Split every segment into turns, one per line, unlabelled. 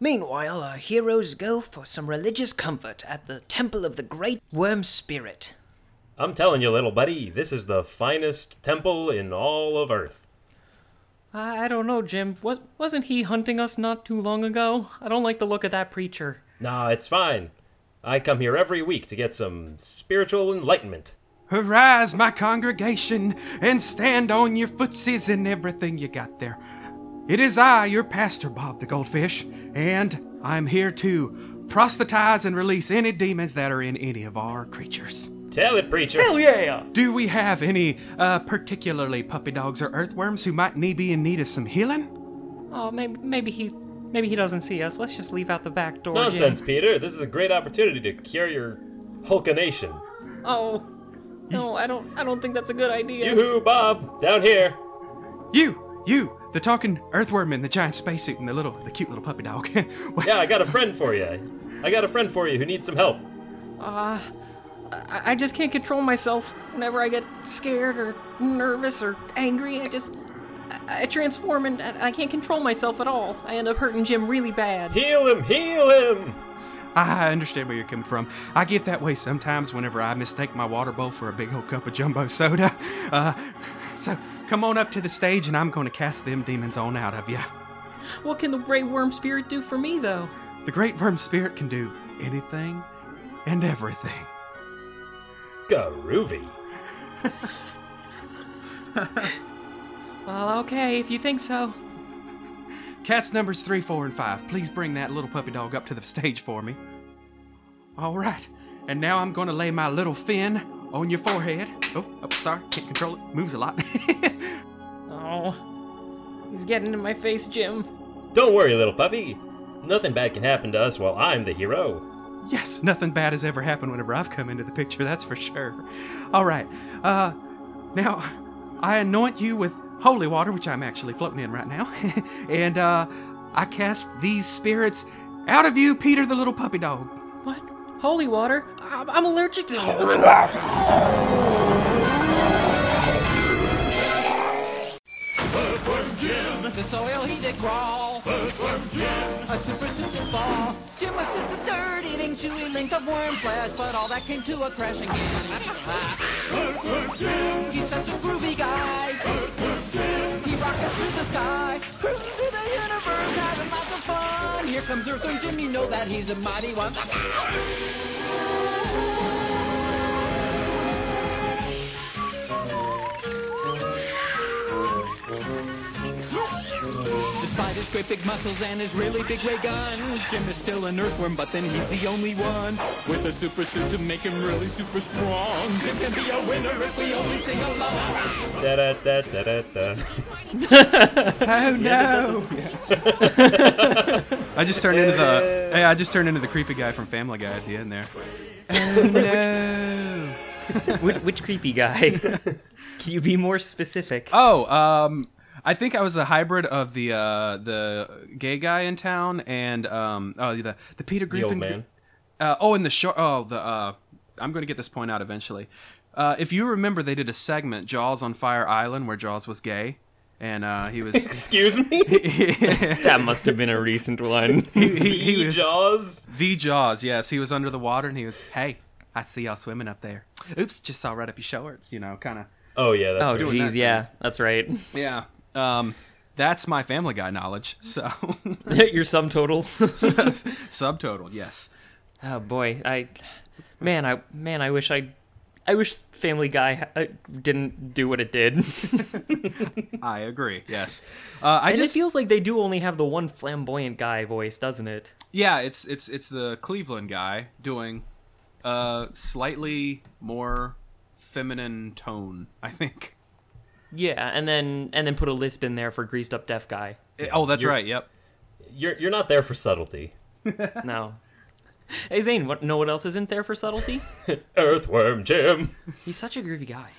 Meanwhile, our heroes go for some religious comfort at the temple of the great worm spirit.
I'm telling you, little buddy, this is the finest temple in all of Earth.
I, I don't know, Jim. What, wasn't he hunting us not too long ago? I don't like the look of that preacher.
Nah, it's fine. I come here every week to get some spiritual enlightenment.
Arise, my congregation, and stand on your footsies and everything you got there. It is I, your pastor, Bob the Goldfish, and I'm here to proselytize and release any demons that are in any of our creatures.
Tell it, preacher.
Hell yeah!
Do we have any, uh, particularly puppy dogs or earthworms who might need be in need of some healing?
Oh, maybe, maybe he maybe he doesn't see us. Let's just leave out the back door,
Nonsense,
Jim.
Peter. This is a great opportunity to cure your hulkination.
Oh, no, I don't. I don't think that's a good idea.
Yoo-hoo, Bob. Down here.
You, you, the talking earthworm in the giant spacesuit and the little, the cute little puppy dog. Well,
Yeah, I got a friend for you. I got a friend for you who needs some help.
I, I just can't control myself. Whenever I get scared or nervous or angry, I just I, I transform and, and I can't control myself at all. I end up hurting Jim really bad.
Heal him, heal him.
I understand where you're coming from. I get that way sometimes whenever I mistake my water bowl for a big old cup of jumbo soda. Uh, so come on up to the stage and I'm going to cast them demons on out of you.
What can the Grey Worm Spirit do for me, though?
The great worm spirit can do anything and everything.
Groovy.
Well, okay, if you think so.
Cats numbers three, four, and five. Please bring that little puppy dog up to the stage for me. All right, and now I'm going to lay my little fin on your forehead. Oh, oh, sorry, can't control it. Moves a lot.
Oh, he's getting in my face, Jim.
Don't worry, little puppy. Nothing bad can happen to us while I'm the hero.
yes, nothing bad has ever happened whenever I've come into the picture. That's for sure. All right, uh, now I anoint you with holy water, which I'm actually floating in right now, and uh, I cast these spirits out of you, Peter the little puppy dog.
What? Holy water? I'm, I'm allergic to holy
Earthworm Jim,
The soil he did crawl,
Earthworm Jim,
a superstitious fall. Jim was just a dirt eating, chewy link of worm flesh, but all that came to a crashing end.
Earthworm Jim,
He's such a groovy guy.
Earthworm Jim,
He rockets through the sky, cruising through the universe, having lots of fun. Here comes Earthworm Jim, you know that he's a mighty one. Despite his great big muscles and his really big ray gun, Jim is still an earthworm, but then he's the only one with a super suit to make him really super strong. Jim can be a winner if we only sing along.
Da da da da da da.
Oh no! I just turned into the hey, I just turned into the creepy guy from Family Guy at the end there. Oh no!
which, which creepy guy? Can you be more specific?
Oh, um, I think I was a hybrid of the uh the gay guy in town and um oh the the Peter
The
Griffin
old man.
Uh, oh, and the short. Oh, the. Uh, I'm going to get this point out eventually. Uh, if you remember, they did a segment Jaws on Fire Island where Jaws was gay, and uh, he was
Excuse me.
That must have been a recent one.
he, he, he
The
was
Jaws.
the Jaws. Yes, he was under the water and he was. Hey, I see y'all swimming up there. Oops, just saw right up your shorts. You know, kind of.
Oh yeah, that's
Oh,
right.
doing
jeez,
that
yeah, that's right.
Yeah. Um, that's my Family Guy knowledge. So
Your sum total.
subtotal. Yes.
Oh boy, I, man, I man, I wish I, I wish Family Guy ha- uh, didn't do what it did. and
I agree. Yes. Uh, I
it
just
feels like they do only have the one flamboyant guy voice, doesn't it?
Yeah, it's it's it's the Cleveland guy doing a slightly more feminine tone, I think.
Yeah, and then and then put a lisp in there for greased up deaf guy.
Eh, oh, that's
you're-
right. Yep.
You're you're not there for subtlety.
No. Hey Zane, what? No one else isn't there for subtlety.
Earthworm Jim.
He's such a groovy guy.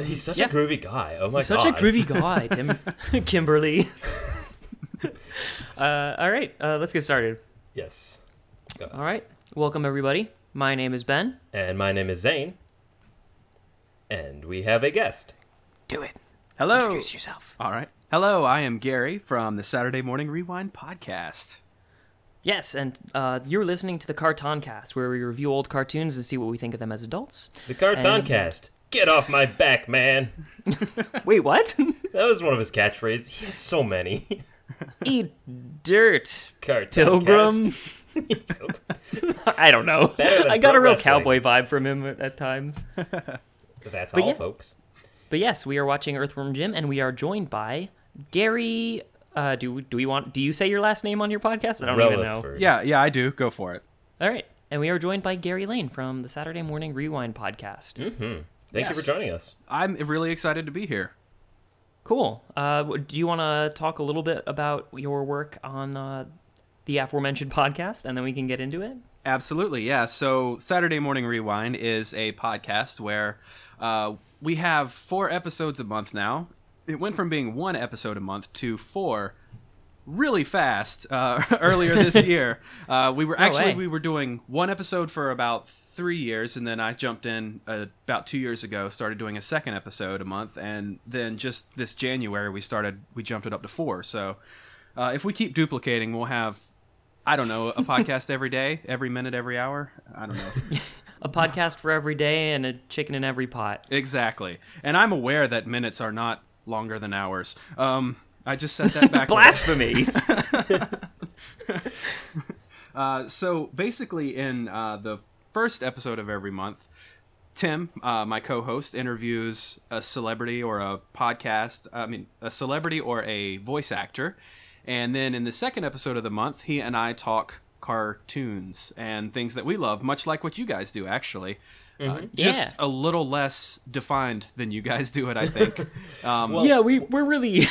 He's such
yeah.
a groovy guy. Oh my god.
Such
Uh,
a groovy guy, Tim Kimberly. uh, all right, uh, let's get started.
Yes.
All right, welcome everybody. My name is Ben.
And my name is Zane. And we have a guest.
Do it.
Hello.
Introduce yourself.
All right. Hello, I am Gary from the Saturday Morning Rewind podcast.
Yes, and uh, you're listening to the Cartoon Cast, where we review old cartoons and see what we think of them as adults.
The Cartoon
And-
Cast. Get off my back, man.
Wait, what?
That was one of his catchphrases. He had so many.
Eat dirt,
Cartoon
pilgrim.
Cast.
I don't know.
Better than
I got a
pro
real
wrestling.
cowboy vibe from him at, at times.
That's all,
yeah.
folks.
But yes, we are watching Earthworm Jim, and we are joined by Gary. Uh, do do we want? Do you say your last name on your podcast? I don't even know.
Relaford.
Yeah, yeah, I do. Go for it.
All right, and we are joined by Gary Lane from the Saturday Morning Rewind podcast.
Thank you for
Yes.
joining us.
I'm really excited to be here.
Cool. Uh, w- do you want to talk a little bit about your work on uh, the aforementioned podcast, and then we can get into it?
Absolutely, yeah. So Saturday Morning Rewind is a podcast where uh, we have four episodes a month now. It went from being one episode a month to four really fast uh, earlier this year. Uh, we were actually
way.
we were doing one episode for about three years, and then I jumped in uh, about two years ago, started doing a second episode a month, and then just this January we started we jumped it up to four. So uh, if we keep duplicating, we'll have. I don't know, a podcast every day, every minute, every hour. I don't know.
A podcast for every day and a chicken in every pot.
exactly. And I'm aware that minutes are not longer than hours. Um, I just said that back.
Blasphemy!
Uh, so basically in uh, the first episode of every month tim uh, my co-host interviews a celebrity or a podcast i mean a celebrity or a voice actor and then in the second episode of the month he and i talk cartoons and things that we love much like what you guys do actually Uh, just
Yeah.
a little less defined than you guys do it i think um,
yeah, we we're really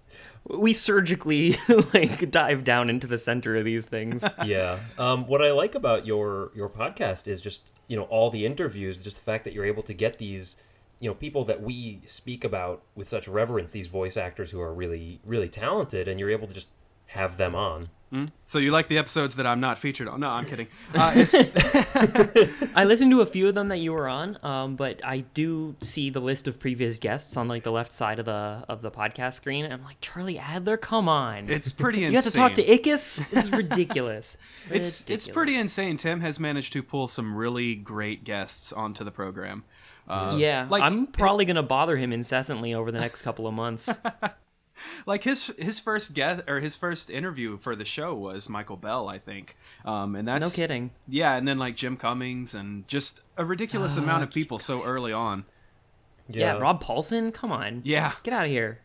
we surgically like dive down into the center of these things.
yeah. Um, what I like about your your podcast is just you know all the interviews, just the fact that you're able to get these you know people that we speak about with such reverence, these voice actors who are really really talented, and you're able to just have them on.
so you like the episodes that i'm not featured on no i'm kidding uh, it's,
I listened to a few of them that you were on, um, but I do see the list of previous guests on like the left side of the of the podcast screen, and I'm like, Charlie Adler, come on!
it's pretty insane
you have to talk to Ickis. This is ridiculous.
It's it's
Ridiculous.
pretty insane. Tim has managed to pull some really great guests onto the program. Uh,
Yeah,
like-
I'm probably gonna bother him incessantly over the next couple of months.
Like his his first guest or his first interview for the show was Michael Bell, I think. Um, and that's
No kidding.
Yeah, and then like Jim Cummings and just a
Ah,
ridiculous amount of people so early on.
Yeah, Rob Paulson, come on.
Yeah.
get out of here.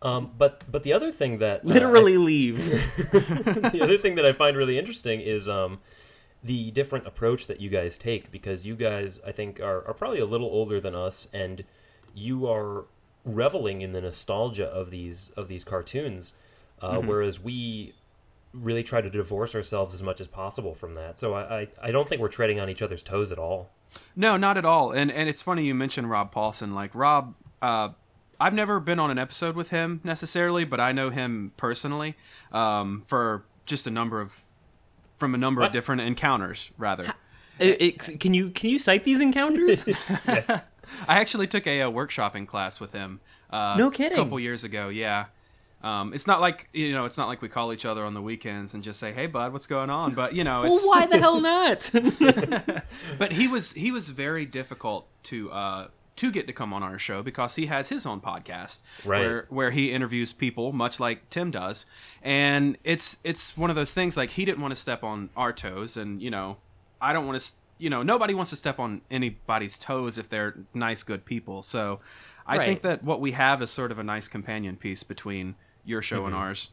Um, but but the other thing that uh, I-
Literally leave.
the other thing that I find really interesting is um, the different approach that you guys take because you guys, I think, are, are probably a little older than us, and you are reveling in the nostalgia of these of these cartoons, uh,
Mm-hmm.
whereas we really try to divorce ourselves as much as possible from that. So I, I, I don't think we're treading on each other's toes at all.
No, not at all. And and it's funny you mentioned Rob Paulson. Like Rob, uh, I've never been on an episode with him necessarily, but I know him personally um, for just a number of from a number of different encounters rather.
It- it- can you can you cite these encounters?
Yes.
I actually took a, uh workshopping class with him. Uh,
No
A
kidding.
couple years ago, yeah. Um, it's not like you know, it's not like we call each other on the weekends and just say, "Hey, bud, what's going on?" But you know,
well,
it's,
why the hell not?
but he was he was very difficult to uh, to get to come on our show because he has his own podcast
Right.
where where he interviews people much like Tim does, and it's it's one of those things like he didn't want to step on our toes, and you know, I don't want to you know nobody wants to step on anybody's toes if they're nice good people. So I
Right.
think that what we have is sort of a nice companion piece between your show and
Mm-hmm.
ours.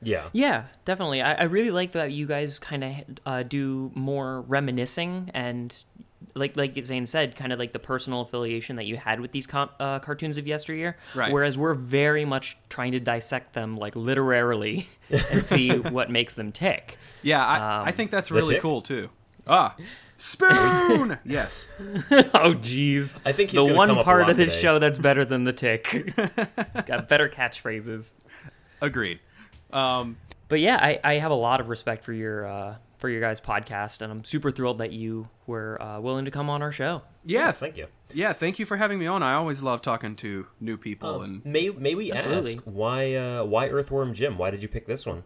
yeah.
yeah, definitely. I, I really like that you guys kind of uh, do more reminiscing and, like like Zane said, kind of like the personal affiliation that you had with these com- uh, cartoons of yesteryear.
Right.
Whereas we're very much trying to dissect them like literarily and see what makes them tick.
Yeah, I, I think that's really
Um, it.
cool too. Ah, spoon. yes.
Oh, jeez.
I think he's
the
gonna
one
come up a
part
lot
of this
today.
show that's better than the tick. Got better catchphrases.
Agreed. Um,
But yeah, I, I have a lot of respect for your uh, for your guys' podcast, and I'm super thrilled that you were uh, willing to come on our show.
yeah,
Yes, thank you.
yeah. Thank you for having me on. I always love talking to new
Um,
people, and
May, may we
Absolutely.
ask why uh, why Earthworm Jim? Why did you pick this one?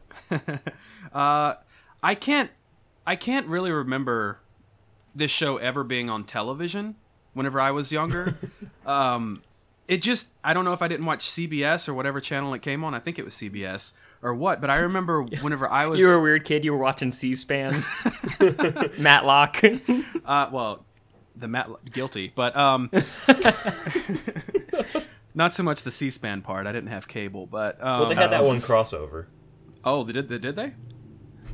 I can't I can't really remember this show ever being on television whenever I was younger. um it just I don't know if I didn't watch CBS or whatever channel it came on. I think it was CBS or what, but I remember whenever I was
You were a weird kid. You were watching C-SPAN, Matlock.
uh, well, the Matt guilty, but um, not so much the C-SPAN part. I didn't have cable, but um,
Well, they
Uh,
had that one crossover.
Oh, they did. They, did they?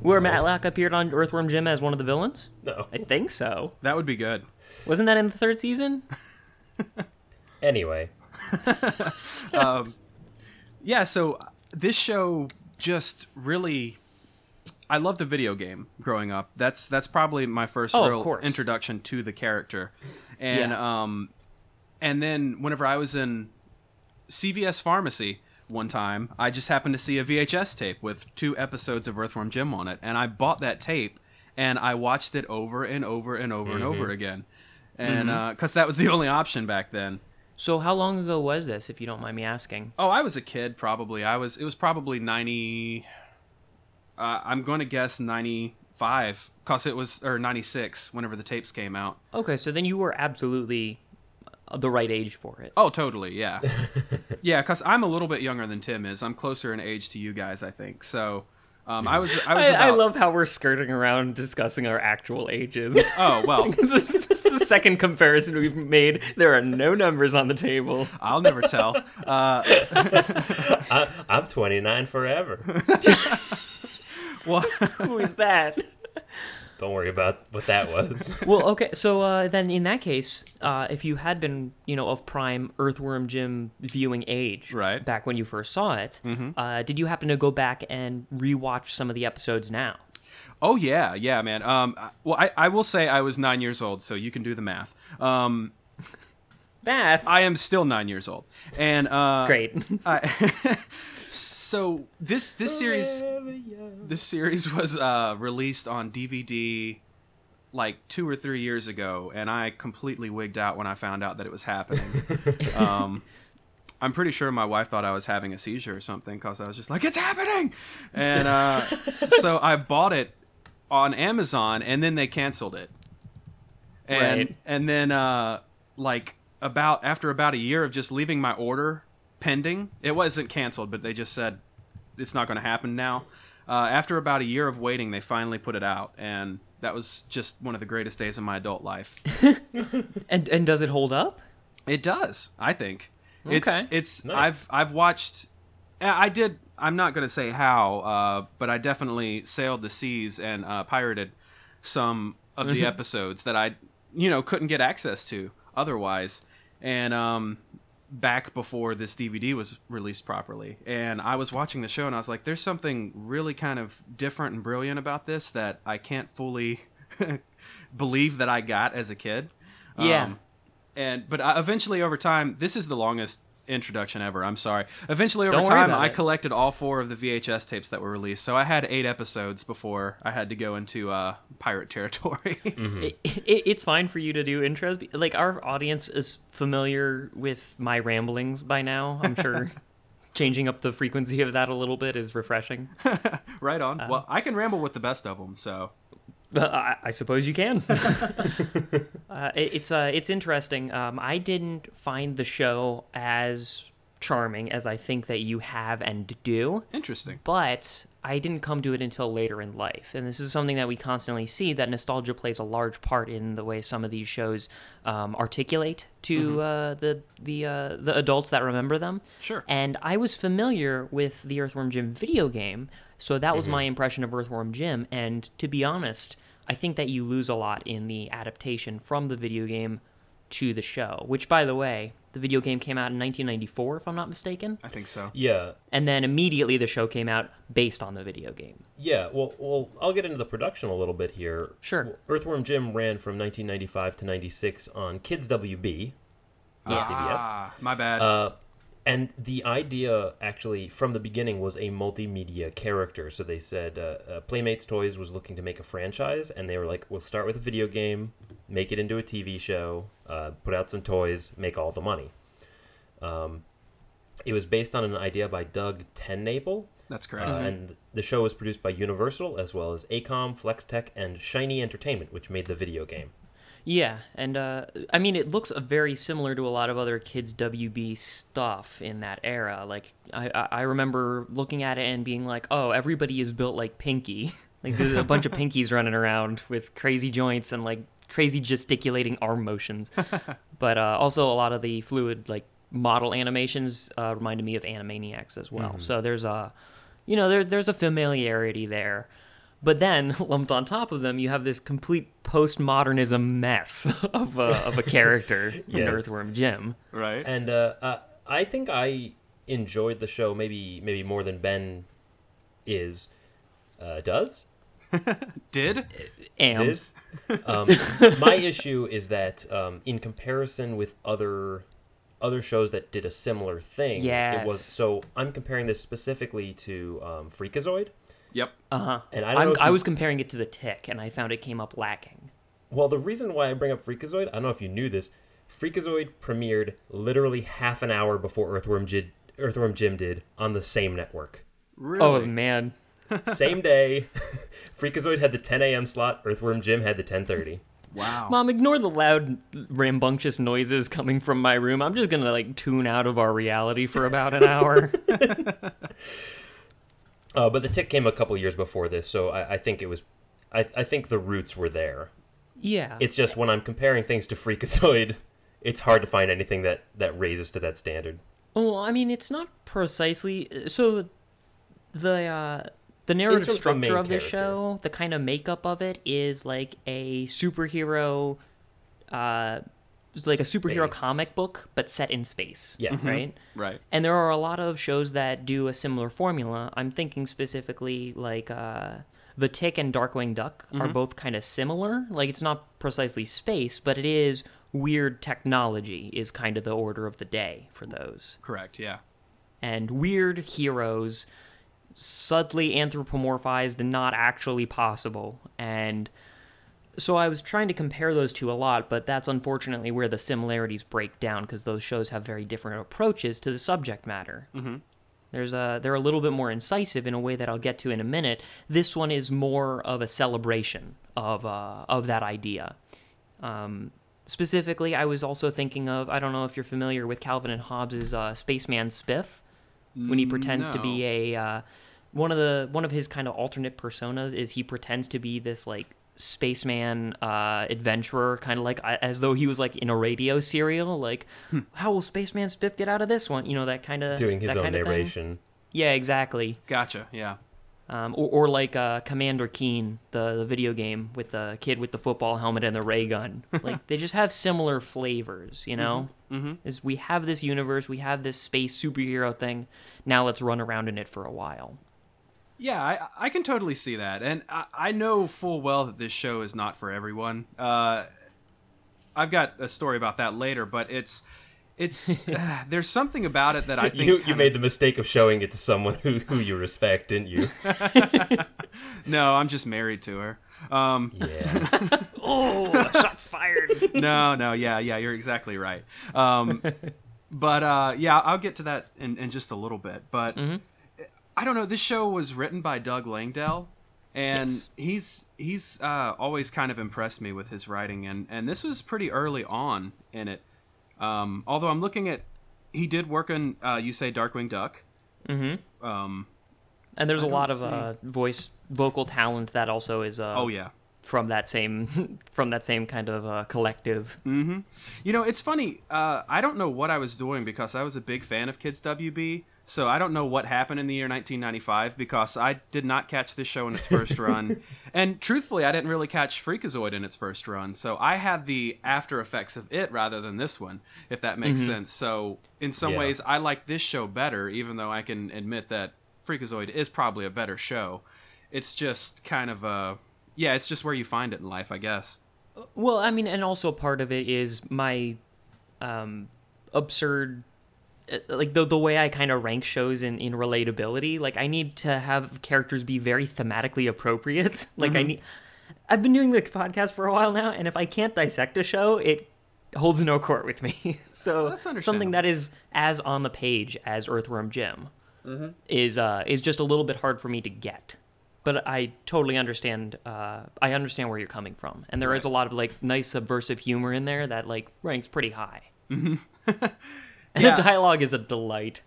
Where Matlock appeared on Earthworm Jim as one of the villains.
No.
I think so.
That would be good.
Wasn't that in the third season?
Anyway,
Yeah. So this show just really. I love the video game growing up. That's that's probably my first
Oh, of
real
course.
introduction to the character, and um, and then whenever I was in CVS Pharmacy one time, I just happened to see a VHS tape with two episodes of Earthworm Jim on it, and I bought that tape and I watched it over and over and over and
Mm-hmm.
over again, and because that was the only option back then.
So how long ago was this, if you don't mind me asking?
Oh, I was a kid probably. I was it was probably 90 uh, I'm going to guess 95 cuz it was or 96 whenever the tapes came out.
Okay, so then you were absolutely uh, the right age for it.
Oh, totally. Yeah. yeah, cuz I'm a little bit younger than Tim is. I'm closer in age to you guys, I think. So, um, I was I was
I, I
about-
love how we're skirting around discussing our actual ages.
Oh, well.
this is the second comparison we've made. There are no numbers on the table.
I'll never tell. Uh,
I, I'm 29 forever.
well,
Who is that?
Don't worry about what that was.
well, okay. So uh, then, in that case, uh, if you had been, you know, of prime Earthworm Jim viewing age,
Right.
back when you first saw it, uh, did you happen to go back and rewatch some of the episodes now?
Oh yeah, yeah, man. Um, I- well, I, I will say I was nine years old, so you can do the math. Um,
Math.
I am still nine years old, and uh,
Great.
so this this series this series was uh, released on DVD like two or three years ago, and I completely wigged out when I found out that it was happening. um, I'm pretty sure my wife thought I was having a seizure or something because I was just like, "It's happening!" And uh, so I bought it on Amazon, and then they canceled it. And
Right.
and then uh, like about after about a year of just leaving my order pending, it wasn't canceled, but they just said it's not going to happen now. Uh, after about a year of waiting, they finally put it out, and that was just one of the greatest days of my adult life.
and and does it hold up?
It does, I think. It's
Okay.
it's
Nice.
I've I've watched I I did I'm not going to say how, uh, but I definitely sailed the seas and uh, pirated some of the episodes that I you know couldn't get access to otherwise. And um back before this DVD was released properly. And I was watching the show and I was like there's something really kind of different and brilliant about this that I can't fully believe that I got as a kid Um,
Yeah.
and but I, eventually over time this is the longest introduction ever i'm sorry eventually over
Don't worry
time
about
i
it.
collected all four of the vhs tapes that were released so i had eight episodes before i had to go into uh, pirate territory
It, it, it's fine for you to do intros. be- Like our audience is familiar with my ramblings by now. I'm sure changing up the frequency of that a little bit is refreshing.
right on
Uh-huh.
well i can ramble with the best of them so
Uh, I, I suppose you can. uh, it- it's uh, it's interesting. Um, I didn't find the show as charming as I think that you have and do,
interesting
but I didn't come to it until later in life. And this is something that we constantly see that nostalgia plays a large part in the way some of these shows um, articulate to
Mm-hmm.
uh, the the uh, the adults that remember them.
Sure.
And I was familiar with the Earthworm Jim video game, so that
Mm-hmm.
was my impression of Earthworm Jim. And to be honest, I think that you lose a lot in the adaptation from the video game to the show. Which, by the way, the video game came out in 1994, if I'm not mistaken
i think so
Yeah,
and then immediately the show came out based on the video game.
yeah. Well, well, I'll get into the production a little bit here.
Sure.
Earthworm Jim ran from 1995 to 96 on Kids WB.
Yes.
ah, my bad
Uh, And the idea, actually, from the beginning was a multimedia character. So they said uh, uh, Playmates Toys was looking to make a franchise, and they were like, we'll start with a video game, make it into a TV show, uh, put out some toys, make all the money. Um, it was based on an idea by Doug Tennaple,
That's
Uh,
correct.
And the show was produced by Universal as well as Acom, Flextech, and Shiny Entertainment, which made the video game.
Yeah, and uh, I mean, it looks uh, very similar to a lot of other kids WB stuff in that era. Like, I, I I remember looking at it and being like, "Oh, everybody is built like Pinky. like, there's a bunch of Pinkies running around with crazy joints and like crazy gesticulating arm motions." but uh, also, a lot of the fluid like model animations uh, reminded me of Animaniacs as well. So there's a, you know, there, there's a familiarity there. But then, lumped on top of them, you have this complete postmodernism mess of a, of a character in
Yes.
Earthworm Jim.
right.
And uh, uh, I think I enjoyed the show maybe maybe more than Ben is uh, does.
Did?
And
is. Um, my issue is that um, in comparison with other other shows that did a similar thing, it
Yes.
was. So I'm comparing this specifically to um, Freakazoid,
Yep.
and I don't know
I'm,
if
I
you-
was comparing it to the Tick, and I found it came up lacking.
Well, the reason why I bring up Freakazoid, I don't know if you knew this. Freakazoid premiered literally half an hour before Earthworm Jim, Earthworm Jim did on the same network.
really?
Oh man,
Same day, Freakazoid had the 10 a.m. slot. Earthworm Jim had the 10:30.
wow.
Mom, ignore the loud, rambunctious noises coming from my room. I'm just gonna like tune out of our reality for about an hour.
Uh, but the tick came a couple years before this, so I, I think it was. I, I think the roots were there.
yeah,
It's just when I'm comparing things to Freakazoid, it's hard to find anything that that raises to that standard.
Well, I mean, it's not precisely so. The uh, the
In
narrative
terms of the main
structure of the
character.
show, the kind of makeup of it, is like a superhero, uh, like a superhero
Space.
comic book, but set in space.
Yes. Mhm.
right.
Right.
And there are a lot of shows that do a similar formula. I'm thinking specifically like uh, The Tick and Darkwing Duck are
Mm-hmm.
both kind of similar. Like it's not precisely space, but it is weird technology is kind of the order of the day for those.
Correct. Yeah.
And weird heroes subtly anthropomorphized and not actually possible. And so I was trying to compare those two a lot, but that's unfortunately where the similarities break down because those shows have very different approaches to the subject matter. Mm-hmm. There's a they're a little bit more incisive in a way that I'll get to in a minute. This one is more of a celebration of uh, of that idea. Um, specifically, I was also thinking of I don't know if you're familiar with Calvin and Hobbes's uh, Spaceman Spiff when he pretends to be
No.
a uh, one of the one of his kind of alternate personas is he pretends to be this like spaceman uh, adventurer kind of like a- as though he was like in a radio serial like how will spaceman spiff get out of this one you know that kind of
Hmm. Doing his
that
own
kinda thing.
narration.
yeah exactly
Gotcha. Yeah.
um, or, or like uh, Commander Keen, the, the video game with the kid with the football helmet and the ray gun. Like they just have similar flavors, you know. Mm-hmm. Is we have this universe, we have this space superhero thing. Now let's run around in it for a while.
Yeah, I, I can totally see that, and I, I know full well that this show is not for everyone. Uh, I've got a story about that later, but it's it's uh, there's something about it that I think
You you
kinda-
made the mistake of showing it to someone who who you respect, didn't you?
no, I'm just married to her. Um,
Yeah.
Shots fired.
no, no, yeah, yeah, you're exactly right. Um, but uh, yeah, I'll get to that in, in just a little bit. But I don't know. This show was written by Doug Langdell, and
Yes.
he's he's uh, always kind of impressed me with his writing, and and this was pretty early on in it. Um, although I'm looking at, he did work on uh, you say Darkwing Duck.
and there's a lot of uh, voice vocal talent that also is uh,
Oh yeah,
from that same from that same kind of uh, collective.
You know, it's funny. Uh, I don't know what I was doing because I was a big fan of Kids WB. So I don't know what happened in the year 1995 because I did not catch this show in its first run, and truthfully, I didn't really catch Freakazoid in its first run. So I had the after effects of it rather than this one, if that makes sense. So in some
Yeah.
ways, I like this show better, even though I can admit that Freakazoid is probably a better show. It's just kind of a yeah, it's just where you find it in life, I guess.
Well, I mean, and also part of it is my um, absurd, uh, like the the way I kind of rank shows in in relatability. Like I need to have characters be very thematically appropriate. like
Mm-hmm.
I need. I've been doing the podcast for a while now, and if I can't dissect a show, it holds no court with me. so
Oh, that's understandable.
something that is as on the page as Earthworm Jim.
Mm-hmm.
is uh, is just a little bit hard for me to get. But I totally understand. Uh, I understand where you're coming from, and there is a lot of like nice subversive humor in there that like ranks pretty high. Mm-hmm. and
Yeah.
the dialogue is a delight.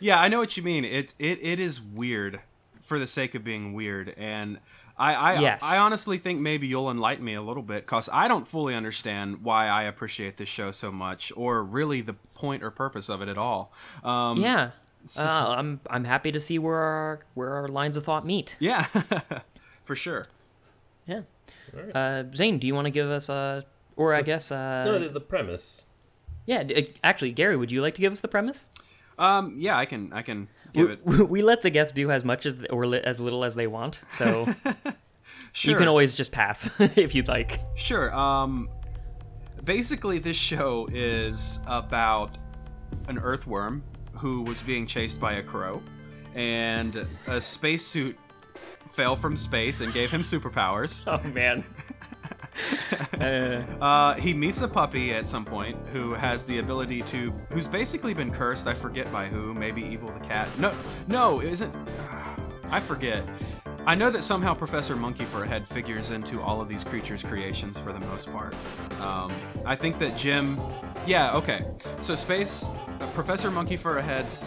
yeah, I know what you mean. It it it is weird for the sake of being weird, and I I,
Yes.
I honestly think maybe you'll enlighten me a little bit because I don't fully understand why I appreciate this show so much, or really the point or purpose of it at all. Um,
Yeah, uh, I'm I'm happy to see where our where our lines of thought meet.
yeah, for sure.
Yeah. Uh, Zane, do you want to give us a, or I guess, uh,
No, the, the premise.
yeah. d- uh, Actually, Gary, would you like to give us the premise?
Um, yeah, I can I can give
We,
it.
we let the guests do as much as or li- as little as they want, so
Sure.
you can always just pass if you'd like.
Sure. Um, basically, this show is about an earthworm who was being chased by a crow, and a spacesuit fell from space and gave him superpowers.
Oh man,
Uh, he meets a puppy at some point who has the ability to, who's basically been cursed. I forget by who. Maybe Evil the cat. No, no, it isn't. I forget. I know that somehow Professor Monkey for a Head figures into all of these creatures' creations for the most part. Um, I think that Jim. Yeah, okay. So space, uh, Professor Monkey for a Head's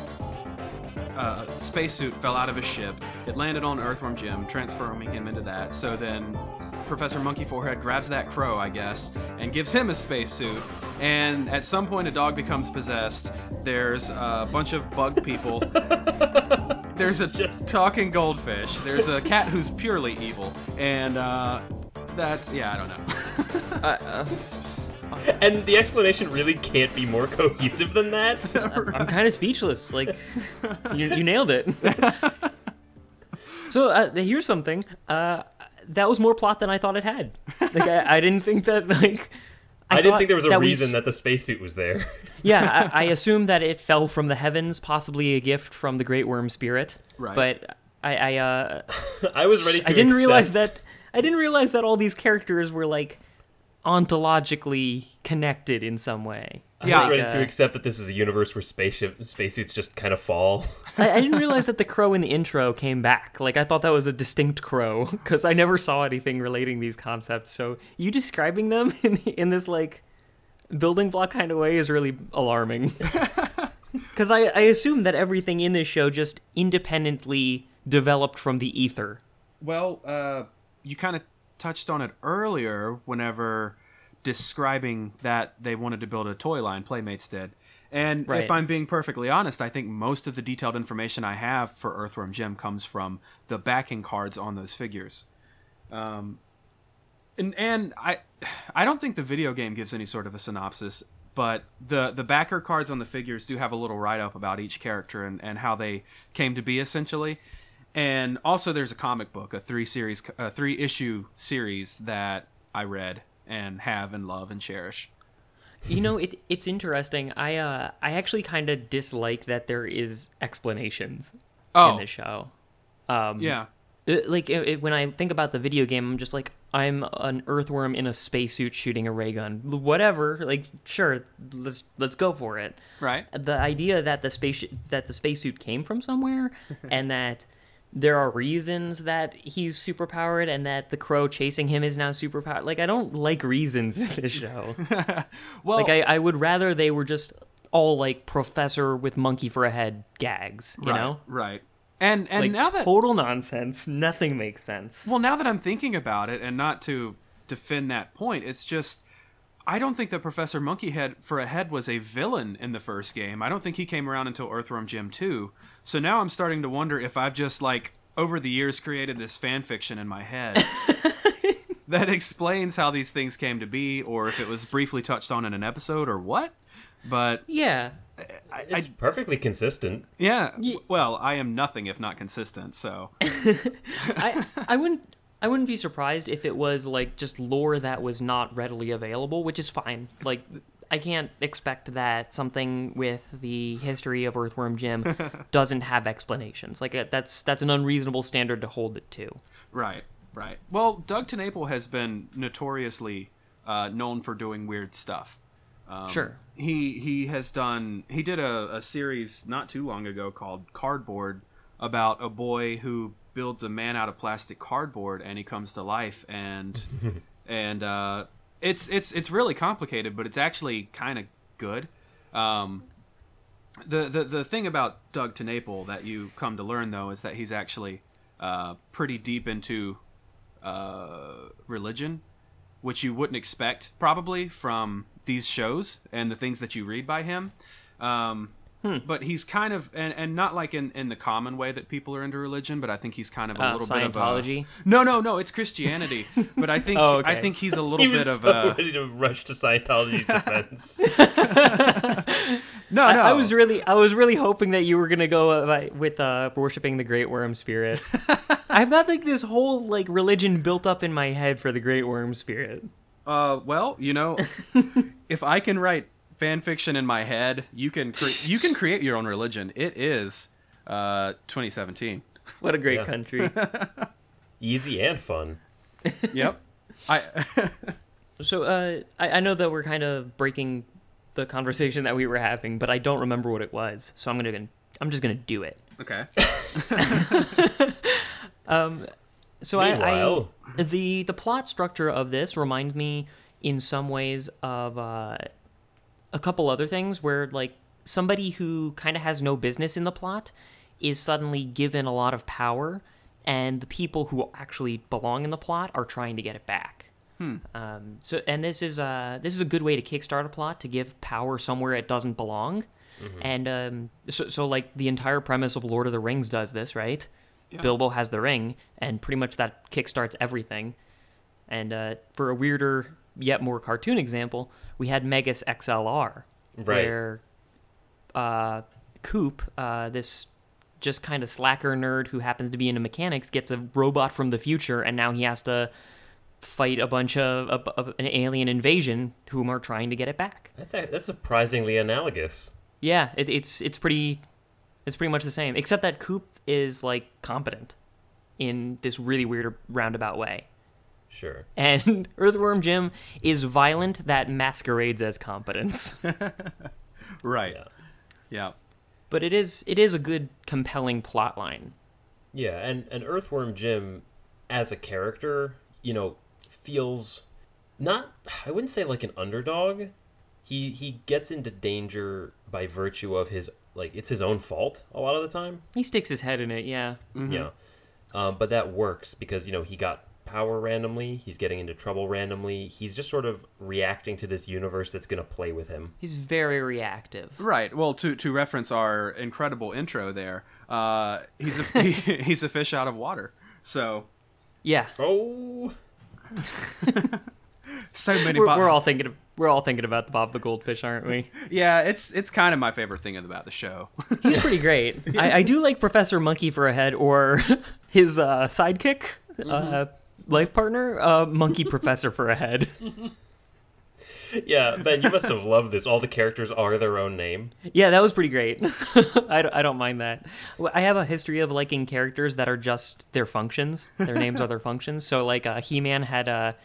uh, spacesuit fell out of his ship. It landed on Earthworm Jim, transforming him into that. So then S- Professor Monkey Forehead grabs that crow, I guess, and gives him a spacesuit. And at some point, a dog becomes possessed. There's a bunch of bug people. There's a talking goldfish. There's a cat who's purely evil. And uh, that's, yeah, I don't know.
And the explanation really can't be more cohesive than that.
I'm kind of speechless. Like, you, you nailed it. so uh, here's something. Uh, that was more plot than I thought it had. Like, I, I didn't think that like.
I, didn't
thought
think there was a
that we
reason
s-
that the spacesuit was there.
yeah, I, I assume that it fell from the heavens, possibly a gift from the great worm spirit.
Right.
But I, I, uh,
I was ready to.
I didn't realize
accept-
that. I didn't realize that all these characters were like ontologically connected in some way.
I was
Yeah.
ready
uh,
to accept that this is a universe where spaceship spacesuits just kind of fall.
I, I didn't realize that the crow in the intro came back. Like I thought that was a distinct crow because I never saw anything relating these concepts. So you describing them in in this like building block kind of way is really alarming. Because I I assume that everything in this show just independently developed from the ether.
Well, uh, you kind of touched on it earlier whenever describing that they wanted to build a toy line, Playmates did. And
Right.
if I'm being perfectly honest, I think most of the detailed information I have for Earthworm Jim comes from the backing cards on those figures. Um, and and I, I don't think the video game gives any sort of a synopsis, but the the backer cards on the figures do have a little write up about each character and and how they came to be essentially. And also, there's a comic book, a three series, a three issue series that I read and have and love and cherish.
You know, it it's interesting. I uh I actually kind of dislike that there is explanations
Oh,
in this show.
yeah,
It- Uh, like it, it- when I think about the video game, I'm just like I'm an earthworm in a spacesuit shooting a ray gun. Whatever, like sure, let's let's go for it.
right.
The idea that the space that the spacesuit came from somewhere, and that there are reasons that he's superpowered, and that the crow chasing him is now superpowered. Like I don't like reasons in this show.
Well,
like I, I would rather they were just all like professor with monkey for a head gags. You
right,
know,
right. And and
like
now that
total nonsense. Nothing makes sense.
Well, now that I'm thinking about it, and not to defend that point, it's just I don't think that Professor Monkeyhead for a head was a villain in the first game. I don't think he came around until Earthworm Jim 2. So now I'm starting to wonder if I've just like over the years created this fan fiction in my head that explains how these things came to be, or if it was briefly touched on in an episode, or what. But
yeah.
It's perfectly consistent.
yeah, w- well, I am nothing if not consistent. So
I I wouldn't I wouldn't be surprised if it was like just lore that was not readily available, which is fine. Like I can't expect that something with the history of Earthworm Jim doesn't have explanations. Like uh, that's that's an unreasonable standard to hold it to.
Right, right. Well, Doug Tenaple has been notoriously uh, known for doing weird stuff.
sure.
he he has done he did a, a series not too long ago called cardboard about a boy who builds a man out of plastic cardboard and he comes to life and and uh, it's it's it's really complicated but it's actually kind of good um, the, the the thing about Doug Tenaple that you come to learn though is that he's actually uh, pretty deep into uh, religion which you wouldn't expect probably from these shows and the things that you read by him. Um,
Hmm.
But he's kind of and, and not like in, in the common way that people are into religion, but I think he's kind of a
Uh,
little
Scientology?
bit of a, no, no, no. It's Christianity, but I think
Oh, okay.
I think he's a little
He
bit
was
of uh,
so
a
ready to rush to Scientology's defense.
no,
I,
no.
I was really, I was really hoping that you were gonna go uh, like, with uh, worshiping the Great Worm Spirit. I've got like this whole like religion built up in my head for the Great Worm Spirit.
Uh, well, you know, if I can write fan fiction in my head, you can cre- you can create your own religion. It is uh 2017.
What a great country!
Easy and fun.
Yep. I
So uh, I, I know that we're kind of breaking the conversation that we were having, but I don't remember what it was. So I'm gonna, I'm just gonna do it.
okay.
So I- I,
Meanwhile-
the the plot structure of this reminds me in some ways of uh, a couple other things where like somebody who kind of has no business in the plot is suddenly given a lot of power, and the people who actually belong in the plot are trying to get it back. Um, so and this is uh this is a good way to kickstart a plot to give power somewhere it doesn't belong. And um, so, so like the entire premise of Lord of the Rings does this, right? Bilbo has the ring, and pretty much that kickstarts everything. And uh, for a weirder yet more cartoon example, we had Megas XLR,
Right.
where uh, Coop, uh, this just kind of slacker nerd who happens to be into mechanics, gets a robot from the future, and now he has to fight a bunch of, of, of an alien invasion whom are trying to get it back.
That's a, that's surprisingly analogous.
Yeah, it, it's it's pretty it's pretty much the same, except that Coop is like competent in this really weird roundabout way.
Sure.
And Earthworm Jim is violent that masquerades as competence.
Right. yeah.
but it is it is a good compelling plot line.
Yeah, and, and Earthworm Jim as a character, you know, feels not I wouldn't say like an underdog. He he gets into danger by virtue of his like it's his own fault a lot of the time.
He sticks his head in it, yeah.
Yeah. Um, but that works because, you know, he got power randomly, he's getting into trouble randomly, he's just sort of reacting to this universe that's gonna play with him.
He's very reactive.
Right. Well, to to reference our incredible intro there, uh, he's a he, he's a fish out of water. So
Yeah.
Oh
so many.
We're,
bo-
we're all thinking of, we're all thinking about the Bob the Goldfish, aren't we?
Yeah, it's it's kind of my favorite thing about the show.
He's pretty great. I, I do like Professor Monkey for a head or his uh, sidekick, uh, life partner, uh, Monkey Professor for a head.
yeah, Ben, you must have loved this. All the characters are their own name.
Yeah, that was pretty great. I, don't, I don't mind that. Well, I have a history of liking characters that are just their functions. Their names are their functions. So, like, uh, He Man had a.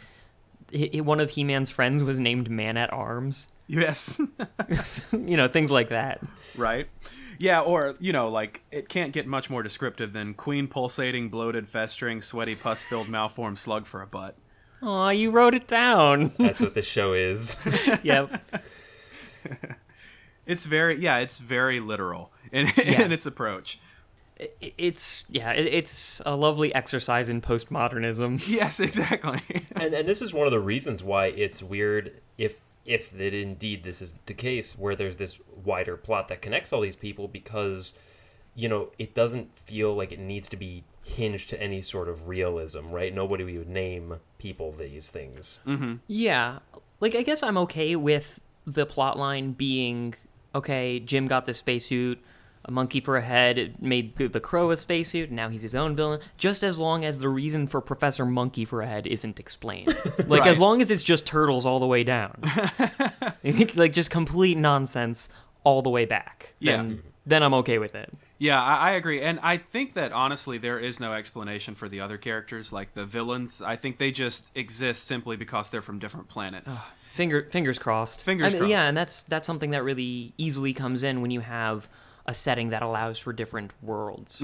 he- One of He Man's friends was named Man at Arms.
yes.
You know, things like that.
right. Yeah, or you know, like it can't get much more descriptive than queen pulsating, bloated, festering, sweaty, pus-filled, malformed slug for a butt.
Aw, you wrote it down.
That's what this show is.
yep.
It's very yeah, it's very literal in, in its approach.
I- It's, yeah, it- it's a lovely exercise in postmodernism.
Yes, exactly.
and and this is one of the reasons why it's weird if if that indeed this is the case where there's this wider plot that connects all these people because you know it doesn't feel like it needs to be hinged to any sort of realism right nobody would name people these things
Yeah. Like I guess I'm okay with the plot line being okay, Jim got this spacesuit, a monkey for a head, it made the, the crow a spacesuit, and now he's his own villain, just as long as the reason for Professor Monkey for a head isn't explained. Like as
Right.
long as it's just turtles all the way down. like just complete nonsense all the way back.
Yeah.
Then then I'm okay with it.
Yeah, I, I agree, and I think that honestly, there is no explanation for the other characters, like the villains. I think they just exist simply because they're from different planets.
Finger, fingers crossed.
Fingers
I mean, Yeah,
crossed.
and that's that's something that really easily comes in when you have a setting that allows for different worlds.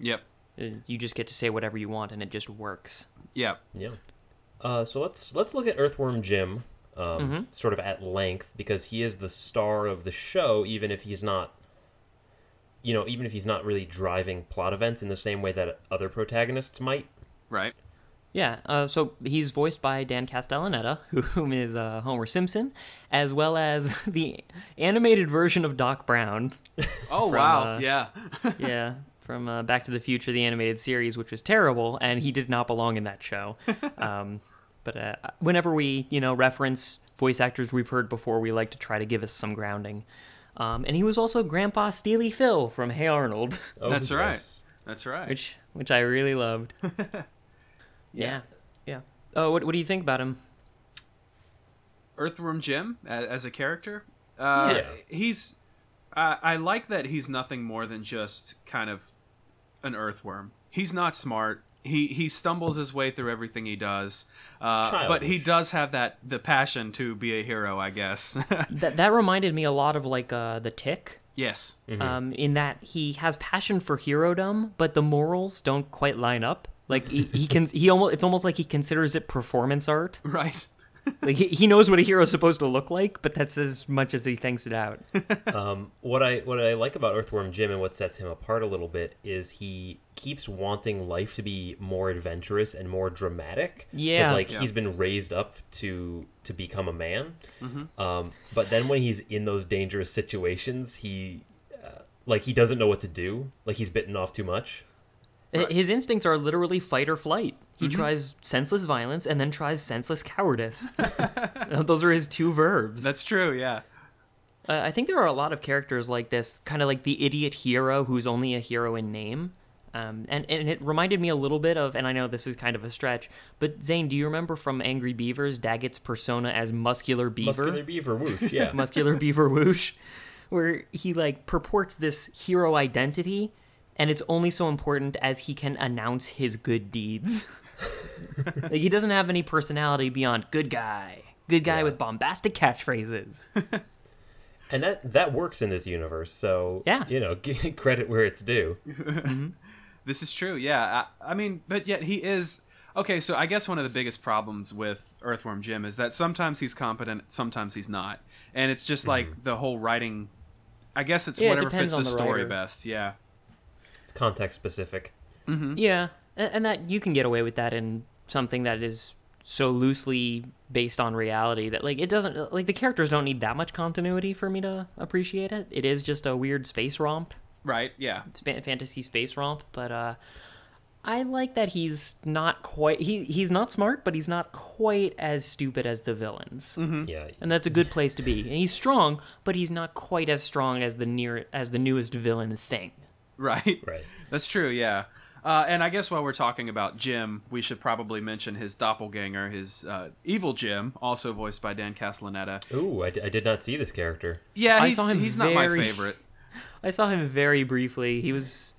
yep,
Uh, You just get to say whatever you want, and it just works.
yep.
Yeah. Uh, so let's let's look at Earthworm Jim, um, sort of at length, because he is the star of the show, even if he's not. You know, even if he's not really driving plot events in the same way that other protagonists might.
Right.
Yeah, uh, so he's voiced by Dan Castellaneta, whom is uh, Homer Simpson, as well as the animated version of Doc Brown.
Oh wow.
uh,
yeah.
Yeah, from uh, Back to the Future, the animated series, which was terrible, and he did not belong in that show. Um, but uh, whenever we, you know, reference voice actors we've heard before, we like to try to give us some grounding. Um, and he was also Grandpa Steely Phil from Hey Arnold,
Oh,
That's right.
yes.
That's right.
which which I really loved. yeah, yeah. Oh, what what do you think about him?
Earthworm Jim a- as a character. Uh,
Yeah.
He's. I I like that he's nothing more than just kind of an earthworm. He's not smart. He he stumbles his way through everything he does. Uh, but he
childish.
does have that the passion to be a hero, I guess.
That that reminded me a lot of like uh, the Tick.
yes.
um, in that he has passion for herodom, but the morals don't quite line up. Like he, he can, he almost it's almost like he considers it performance art.
Right.
Like he, he knows what a hero's supposed to look like, but that's as much as he thinks it out.
What I what I like about Earthworm Jim and what sets him apart a little bit is he keeps wanting life to be more adventurous and more dramatic. 'Cause,
Yeah.
like
Yeah.
he's been raised up to to become a man.
Mm-hmm.
Um, but then when he's in those dangerous situations, he uh, like he doesn't know what to do. Like he's bitten off too much.
His instincts are literally fight or flight. He tries senseless violence and then tries senseless cowardice. Those are his two verbs.
That's true. Yeah.
Uh, I think there are a lot of characters like this, kind of like the idiot hero who's only a hero in name. Um, and, and it reminded me a little bit of, and I know this is kind of a stretch, but Zane, do you remember from Angry Beavers Daggett's persona as Muscular Beaver?
Muscular beaver whoosh, yeah.
Muscular Beaver Whoosh, where he like purports this hero identity, and it's only so important as he can announce his good deeds. like he doesn't have any personality beyond good guy, good guy with bombastic catchphrases.
and that that works in this universe. So
Yeah.
you know, g- credit where it's due.
This is true. Yeah. I, I mean, but yet he is. Okay, so I guess one of the biggest problems with Earthworm Jim is that sometimes he's competent, sometimes he's not. And it's just like the whole writing. I guess it's
Yeah, it
whatever
depends
fits the,
on the
story
writer.
best. Yeah.
It's context specific.
Yeah, a- and that you can get away with that in something that is so loosely based on reality that like it doesn't like the characters don't need that much continuity for me to appreciate it. It is just a weird space romp,
Right. Yeah.
spa- fantasy space romp, but uh I like that he's not quite he he's not smart, but he's not quite as stupid as the villains.
Yeah,
Mm-hmm. And that's a good place to be. And he's strong, but he's not quite as strong as the near as the newest villain thing.
Right.
right.
That's true. Yeah. Uh, and I guess while we're talking about Jim, we should probably mention his doppelganger, his uh, evil Jim, also voiced by Dan Castellaneta.
Ooh, I, d- I did not see this character.
Yeah,
I
he's,
saw him
he's not my
very-
favorite.
I saw him very briefly. He was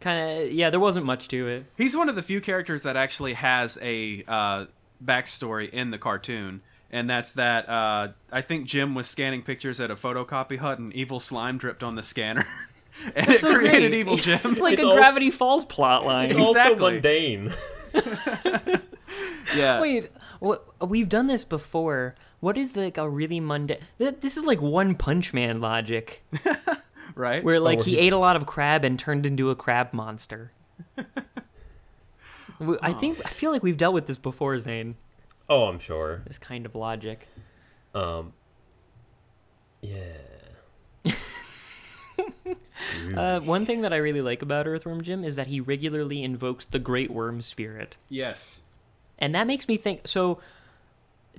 kind of yeah. There wasn't much to it.
He's one of the few characters that actually has a uh, backstory in the cartoon, and that's that uh, I think Jim was scanning pictures at a photocopy hut, and evil slime dripped on the scanner, and it
so
created
great.
evil Jim.
It's like
It's
a
also-
Gravity Falls plot line.
all-
Also
Exactly.
mundane.
yeah,
Wait, what, we've done this before. What is like a really mundane? This is like One Punch Man logic,
right?
where like Oh, he
he's-
ate a lot of crab and turned into a crab monster. We- I think I feel like we've dealt with this before, Zane.
Oh, I'm sure.
This kind of logic.
Yeah.
Uh, one thing that I really like about Earthworm Jim is that he regularly invokes the Great Worm Spirit.
yes,
And that makes me think so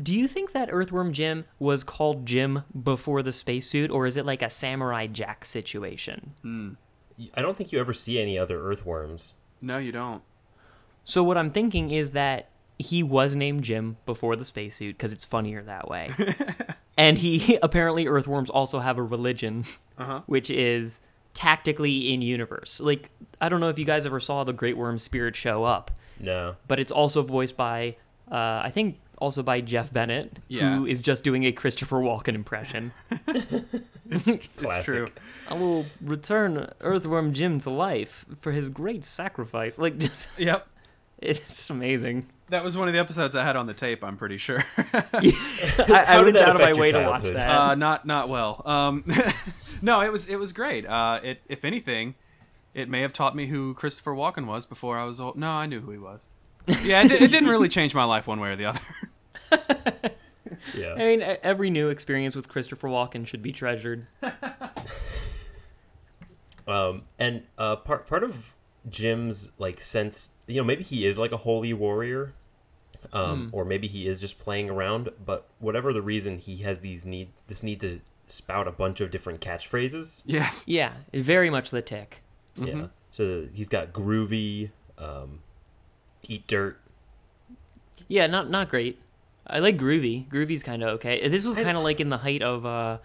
do you think that Earthworm Jim was called Jim before the spacesuit, or is it like a Samurai Jack situation?
I don't think you ever see any other earthworms.
no, you don't.
So, what I'm thinking is that he was named Jim before the spacesuit because it's funnier that way. and he apparently, Earthworms also have a religion, which is tactically in universe. Like I don't know if you guys ever saw the Great Worm Spirit show up,
No.
but it's also voiced by uh, I think also by Jeff Bennett,
Yeah.
who is just doing a Christopher Walken impression.
Classic.
It's true.
I will return Earthworm Jim to life for his great sacrifice. Like just
Yep.
it's amazing.
That was one of the episodes I had on the tape, I'm pretty sure.
I, I
did
went
that
out of my
affect your
way to watch
childhood?
that.
uh, not not well. Um, no, it was it was great. Uh, it if anything, it may have taught me who Christopher Walken was before I was old. No, I knew who he was. Yeah, it, di- it didn't really change my life one way or the other.
Yeah.
I mean, e- every new experience with Christopher Walken should be treasured.
Um, and uh, part part of Jim's like sense, you know, maybe he is like a holy warrior, um,
Hmm.
or maybe he is just playing around. But whatever the reason, he has these need this need to spout a bunch of different catchphrases.
Yes.
Yeah, very much the tick.
mm-hmm.
Yeah. So he's got groovy, um, eat dirt.
Yeah, not not great. I like groovy. Groovy's kind of okay. Uh, This was kind of like in the height of, uh,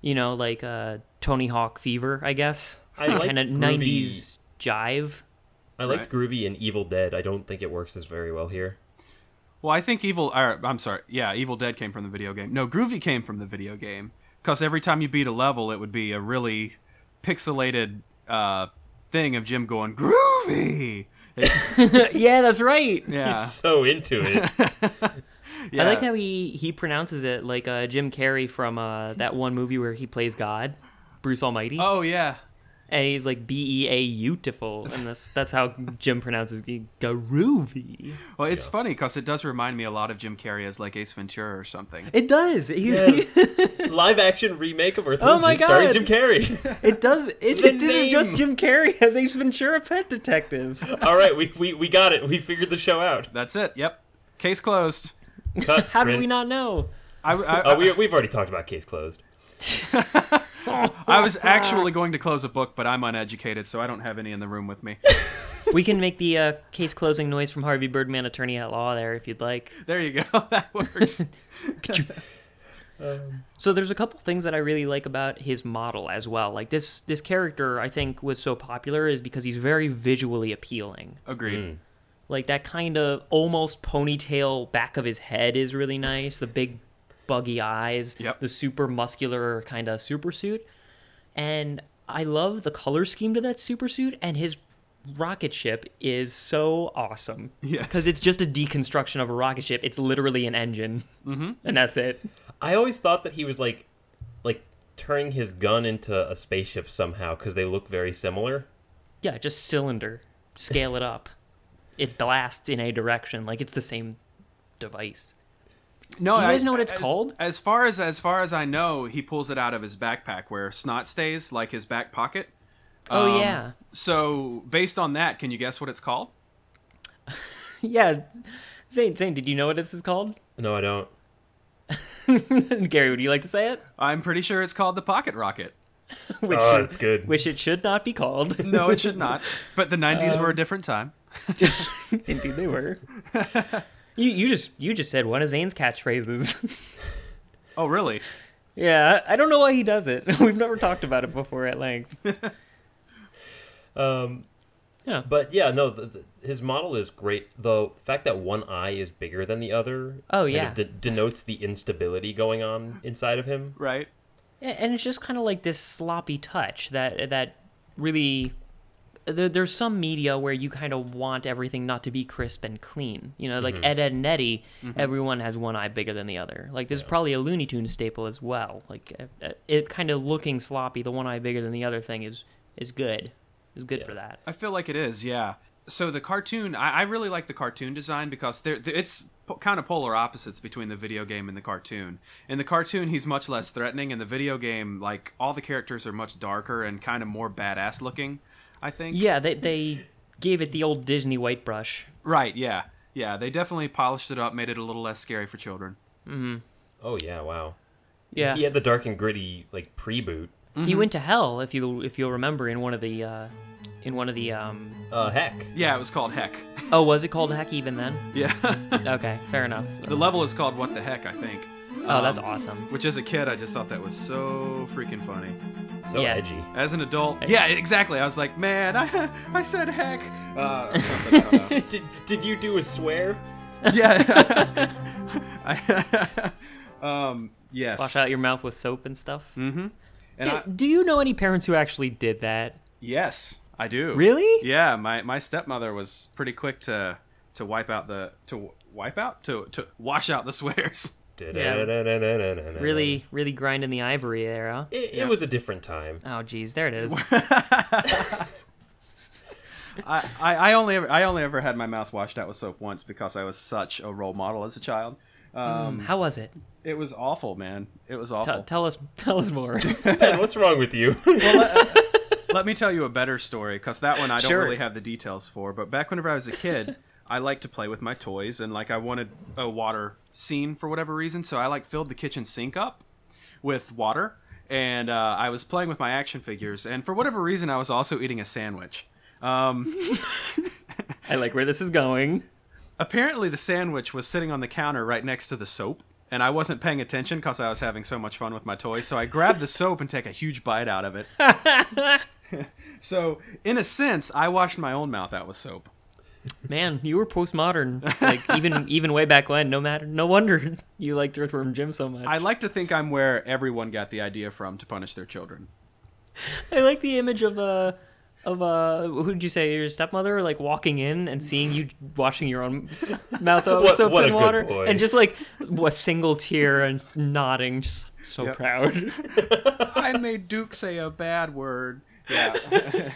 you know, like uh, Tony Hawk fever, I guess.
I like
kind of
groovy-
'90s jive.
I liked groovy in Evil Dead. I don't think it works as very well here.
Well, I think Evil. Or, I'm sorry. Yeah, Evil Dead came from the video game. No, Groovy came from the video game. Because every time you beat a level, it would be a really pixelated uh, thing of Jim going groovy.
Uh, yeah, that's right.
Yeah,
So into it.
yeah.
I like how he he pronounces it like uh, Jim Carrey from uh, that one movie where he plays God, Bruce Almighty,
Oh yeah,
and he's like B E A beautiful, and that's that's how Jim pronounces it, groovy.
Well, it's funny because it does remind me a lot of Jim Carrey as like Ace Ventura or something.
It does. He-
Yes. Live action remake of Earth.
Oh my
Starring
God.
Jim Carrey.
It does. It,
The
this is just
name.
Jim Carrey as Ace Ventura Pet Detective.
All right, we, we we got it. We figured the show out.
That's it. Yep. Case closed.
Cut,
How did
print.
we not know?
I, I,
Oh, we, we've already talked about case closed.
I was actually going to close a book, but I'm uneducated, so I don't have any in the room with me.
We can make the uh, case closing noise from Harvey Birdman, attorney at law, there if you'd like.
There you go. That works.
So there's a couple things that I really like about his model as well. Like this this character, I think, was so popular is because he's very visually appealing.
Agreed.
Like that kind of almost ponytail back of his head is really nice. The big buggy eyes,
Yep.
the super muscular kind of super suit. And I love the color scheme to that super suit and his rocket ship is so awesome.
Yes.
Cuz it's just a deconstruction of a rocket ship. It's literally an engine. Mm-hmm. And that's it.
I always thought that he was like, like turning his gun into a spaceship somehow because they look very similar.
Yeah, just cylinder. Scale it up. It blasts in a direction like it's the same device.
No,
Do you guys
I-
know what it's
as-
called?
As far as as far as I know, he pulls it out of his backpack where snot stays, like his back pocket.
Oh
Um,
yeah.
So based on that, can you guess what it's called?
Yeah. Zane, Zane, did you know what this is called?
No, I don't.
Gary, would you like to say it?
I'm pretty sure it's called the pocket rocket.
Which,
Oh,
it-
that's good.
which it should not be called.
No, it should not. But the '90s
Um,
were a different time.
Indeed, they were. you you just you just said one of Zane's catchphrases.
Oh, really?
yeah, I don't know why he does it. We've never talked about it before at length.
Um,
Yeah.
But yeah, no, the, the, his model is great. The fact that one eye is bigger than the other,
Oh,
kind
yeah.
of de- denotes the instability going on inside of him.
Right.
Yeah, and it's just kind of like this sloppy touch that that really there, there's some media where you kind of want everything not to be crisp and clean you know like ed ed and eddie everyone has one eye bigger than the other like this is probably a looney Tunes staple as well like uh, uh, it kind of looking sloppy the one eye bigger than the other thing is is good is good for that
I feel like it is, yeah. So the cartoon, I, I really like the cartoon design because there there- it's po- kind of polar opposites between the video game and the cartoon. In the cartoon, he's much less threatening. In the video game, like all the characters are much darker and kind of more badass looking. I think.
yeah they they gave it the old disney white brush
Right. Yeah. Yeah. They definitely polished it up, made it a little less scary for children.
Oh yeah, wow.
yeah
He had the dark and gritty like pre-boot.
he went to hell if you if you'll remember in one of the uh in one of the um
Uh, heck.
Yeah, it was called Heck.
Oh, was it called Heck even then?
Yeah.
Okay, fair enough.
the level is called What the Heck, I think.
Oh, that's awesome.
Which, as a kid, I just thought that was so freaking funny.
So
Yeah.
edgy.
As an adult, yeah, exactly. I was like, man, I, I said heck. Uh, or something, I don't know.
did, did you do a swear?
yeah. I- um, yes.
Wash out your mouth with soap and stuff.
And I-
Do, do you know any parents who actually did that?
yes, I do.
Really?
Yeah, my, my stepmother was pretty quick to to wipe out the to wipe out to to wash out the swears.
Really, really grinding the ivory there, huh?
It, it was a different time.
Oh, geez, there it is.
I, I, I only ever, I only ever had my mouth washed out with soap once because I was such a role model as a child.
How was it?
It was awful, man. It was awful.
Tell, tell us, tell us more.
Ben, what's wrong with you?
Let me tell you a better story because that one I don't
Sure.
really have the details for. But back whenever I was a kid, I liked to play with my toys and like I wanted a water scene for whatever reason. So I like filled the kitchen sink up with water and uh, I was playing with my action figures. And for whatever reason, I was also eating a sandwich.
I like where this is going.
Apparently, the sandwich was sitting on the counter right next to the soap. And I wasn't paying attention because I was having so much fun with my toys. So I grabbed the soap and take a huge bite out of it. so, in a sense, I washed my own mouth out with soap.
Man, you were postmodern. Like even even way back when. No matter. No wonder you liked Earthworm Jim so much.
I like to think I'm where everyone got the idea from to punish their children.
I like the image of uh of uh who'd you say your stepmother like walking in and seeing you washing your own just mouth out with
What-
soap
what a
and
good
water
boy.
and just like a single tear and nodding just so
Yep.
proud.
I made Duke say a bad word. Yeah.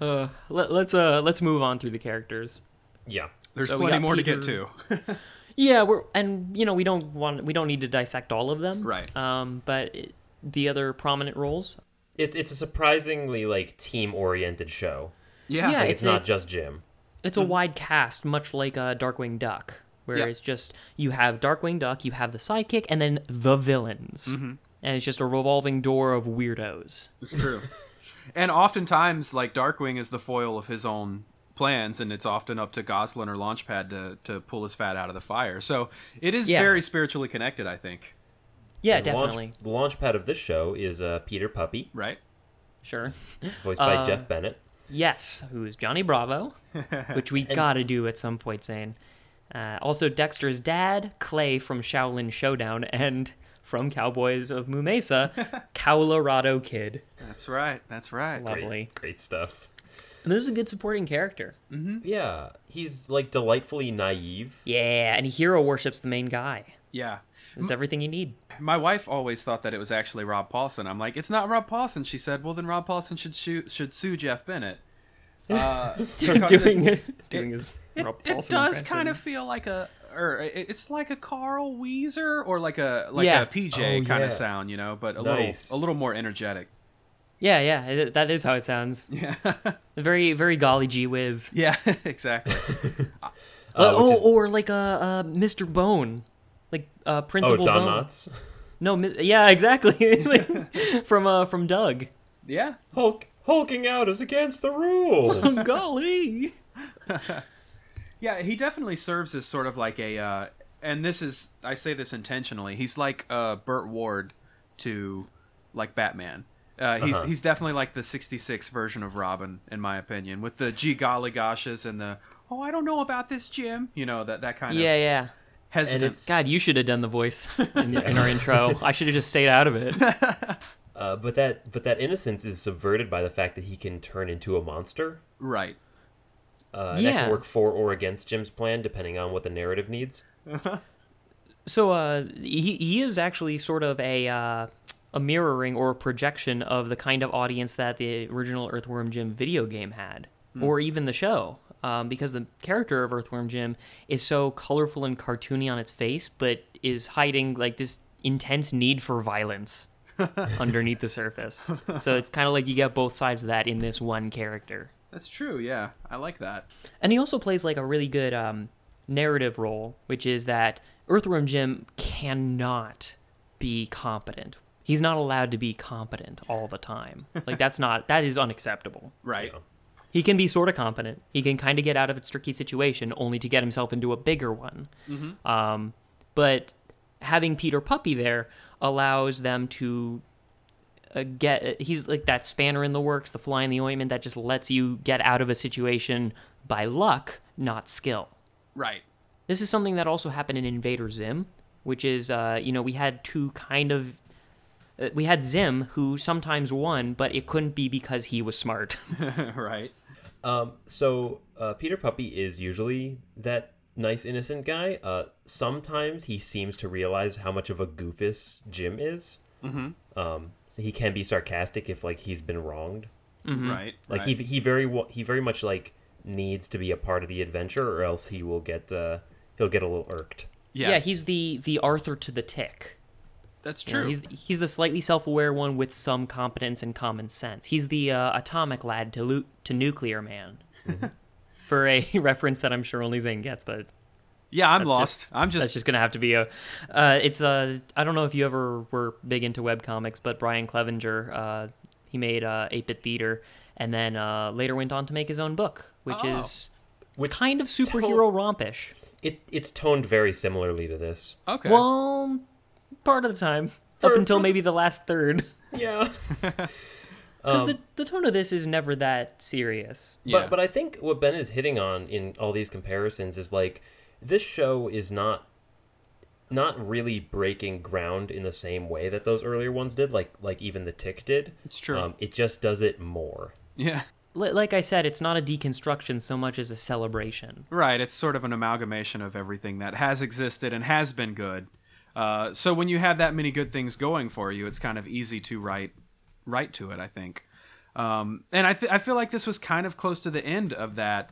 Uh, let, let's uh let's move on through the characters.
yeah.
There's
So we
plenty
got
more to get
Peter-
to.
Yeah, we're and you know we don't want we don't need to dissect all of them.
Right.
Um, but it, the other prominent roles.
It, it's a surprisingly like team oriented show.
Yeah.
Yeah.
Like, it's
It's
not
a-
just Jim.
It's a wide cast, much like uh, Darkwing Duck, where
Yep.
it's just you have Darkwing Duck, you have the sidekick, and then the villains, and it's just a revolving door of weirdos.
It's true. and oftentimes, like, Darkwing is the foil of his own plans, and it's often up to Goslin or Launchpad to, to pull his fat out of the fire. So it is
Yeah.
very spiritually connected, I think.
Yeah,
The launch-
definitely.
the launch pad of this show is uh, Peter Puppy,
Right?
Sure.
voiced
Uh,
by Jeff Bennett.
Yes, who is Johnny Bravo, which we gotta do at some point, Zane. Uh, also, Dexter's dad, Clay from Shaolin Showdown, and from Cowboys of Mumesa, Colorado Kid.
That's right. That's right.
Love-
Great-
Lovely.
great stuff.
And this is a good supporting character.
Yeah, he's like delightfully naive.
Yeah, and hero worships the main guy.
Yeah.
It's everything you need.
My wife always thought that it was actually Rob Paulson. I'm like, it's not Rob Paulson. She said, well, then Rob Paulson should, shoot, should sue Jeff Bennett. Uh, because it-
doing it, doing his
It,
Rob
it
Paulson
does
impression.
kind of feel like a, or it- it's like a Carl Weezer or like a like
Yeah.
a PJ
Oh,
kind
yeah.
of sound, you know, but a
Nice.
little a little more energetic.
Yeah, yeah, it- that is how it sounds.
Yeah,
Very, very golly gee whiz.
yeah, exactly.
Uh,
which
oh,
is-
or like a uh, Mr. Bone, like uh,
Oh,
Principal
Don
Bone.
Knotts.
No, mi- yeah, exactly. Like, from uh, from Doug.
Yeah,
Hulk hulking out is against the rules.
golly.
yeah. He definitely serves as sort of like a, uh, and this is I say this intentionally. He's like uh, Burt Ward to like Batman. Uh, he's he's definitely like the '66 version of Robin, in my opinion, with the gee golly goshes and the oh I don't know about this Jim, you know that that kind
Yeah,
of
yeah.
hesitant.
it's-
God, you should have done the voice in, in our intro. I should have just stayed out of it.
uh, but that but that innocence is subverted by the fact that he can turn into a monster.
right.
Uh, That
Yeah.
can work for or against Jim's plan, depending on what the narrative needs.
So uh, he he is actually sort of a uh, a mirroring or a projection of the kind of audience that the original Earthworm Jim video game had, or even the show, um, because the character of Earthworm Jim is so colorful and cartoony on its face, but is hiding like this intense need for violence underneath the surface. So it's kind of like you get both sides of that in this one character.
That's true. Yeah, I like that.
And he also plays like a really good um, narrative role, which is that Earthworm Jim cannot be competent. He's not allowed to be competent all the time. Like that's not that is unacceptable.
Right.
He can be sort of competent. He can kind of get out of a tricky situation, only to get himself into a bigger one. Um, but having Peter Puppy there, allows them to uh, get. He's like that spanner in the works, the fly in the ointment that just lets you get out of a situation by luck, not skill.
Right.
This is something that also happened in Invader Zim, which is, uh, you know, we had two kind of. uh, We had Zim, who sometimes won, but it couldn't be because he was smart.
right.
So uh, Peter Puppy is usually that nice innocent guy. Uh, sometimes he seems to realize how much of a goofus Jim is. Mm-hmm. Um, so he can be sarcastic if like he's been wronged.
Right.
Like he he very wa- he very much like needs to be a part of the adventure, or else he will get uh, he'll get a little irked.
Yeah.
yeah, he's the the Arthur to the tick.
that's
You know,
true.
he's he's the slightly self-aware one with some competence and common sense. He's the uh, atomic lad to lu- to nuclear man.
Mm-hmm.
For a reference that I'm sure only Zane gets, but
yeah, I'm lost.
just-
I'm just,
that's just gonna have to be a. Uh, it's a. I don't know if you ever were big into web comics, but Brian Clevenger, uh, he made uh, 8-Bit Theater, and then uh, later went on to make his own book, which
Oh.
is
Which
kind of superhero rompish.
it it's toned very similarly to this.
okay.
Well, Um, part of the time, up
For-
until
for-
maybe the last third.
Yeah.
Because
Um,
the, the tone of this is never that serious.
Yeah.
But but I think what Ben is hitting on in all these comparisons is like this show is not not really breaking ground in the same way that those earlier ones did, like like even the Tick did. Um,
It's true.
it just does it more.
yeah.
Li- like I said, it's not a deconstruction so much as a celebration.
Right. It's sort of an amalgamation of everything that has existed and has been good. Uh, so when you have that many good things going for you, it's kind of easy to write write to it. I think. Um, and I th- I feel like this was kind of close to the end of that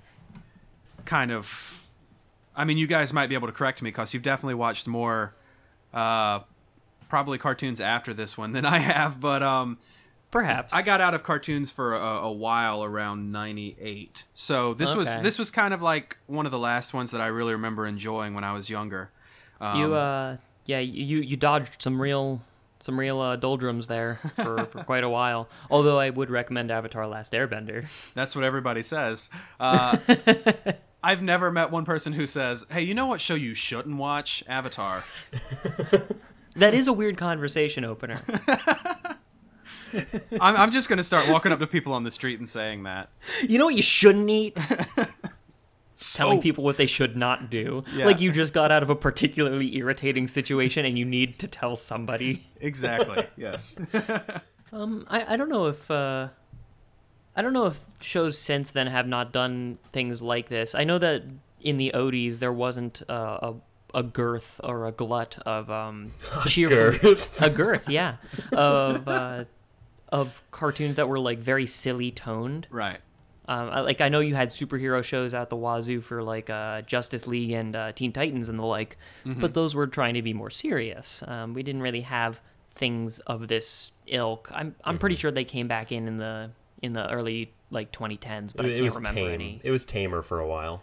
kind of. I mean, you guys might be able to correct me because you've definitely watched more, uh, probably cartoons after this one than I have. But um,
Perhaps.
I got out of cartoons for a, a while around '98, so this was
Okay.
this was kind of like one of the last ones that I really remember enjoying when I was younger. Um,
you, uh, yeah, you, you dodged some real. Some real uh, doldrums there for, for quite a while. Although I would recommend Avatar: Last Airbender.
That's what everybody says. Uh, I've never met one person who says, "Hey, you know what show you shouldn't watch? Avatar."
That is a weird conversation opener.
I'm, I'm just gonna start walking up to people on the street and saying that.
You know what you shouldn't eat? Telling
Soap.
people what they should not do.
Yeah.
Like you just got out of a particularly irritating situation and you need to tell somebody.
Exactly. yes.
I, I don't know if uh, I don't know if shows since then have not done things like this. I know that in the Odies there wasn't uh, a a girth or a glut of um cheerful a girth, yeah, of uh, of cartoons that were like very silly toned.
Right.
Um, I, like I know you had superhero shows at the wazoo for like uh, Justice League and uh, Teen Titans and the like,
Mm-hmm.
but those were trying to be more serious. Um, we didn't really have things of this ilk. I'm I'm
Mm-hmm.
pretty sure they came back in in the in the early like 2010s, but I
It,
can't
it was
remember
tame.
any.
It was tamer for a while.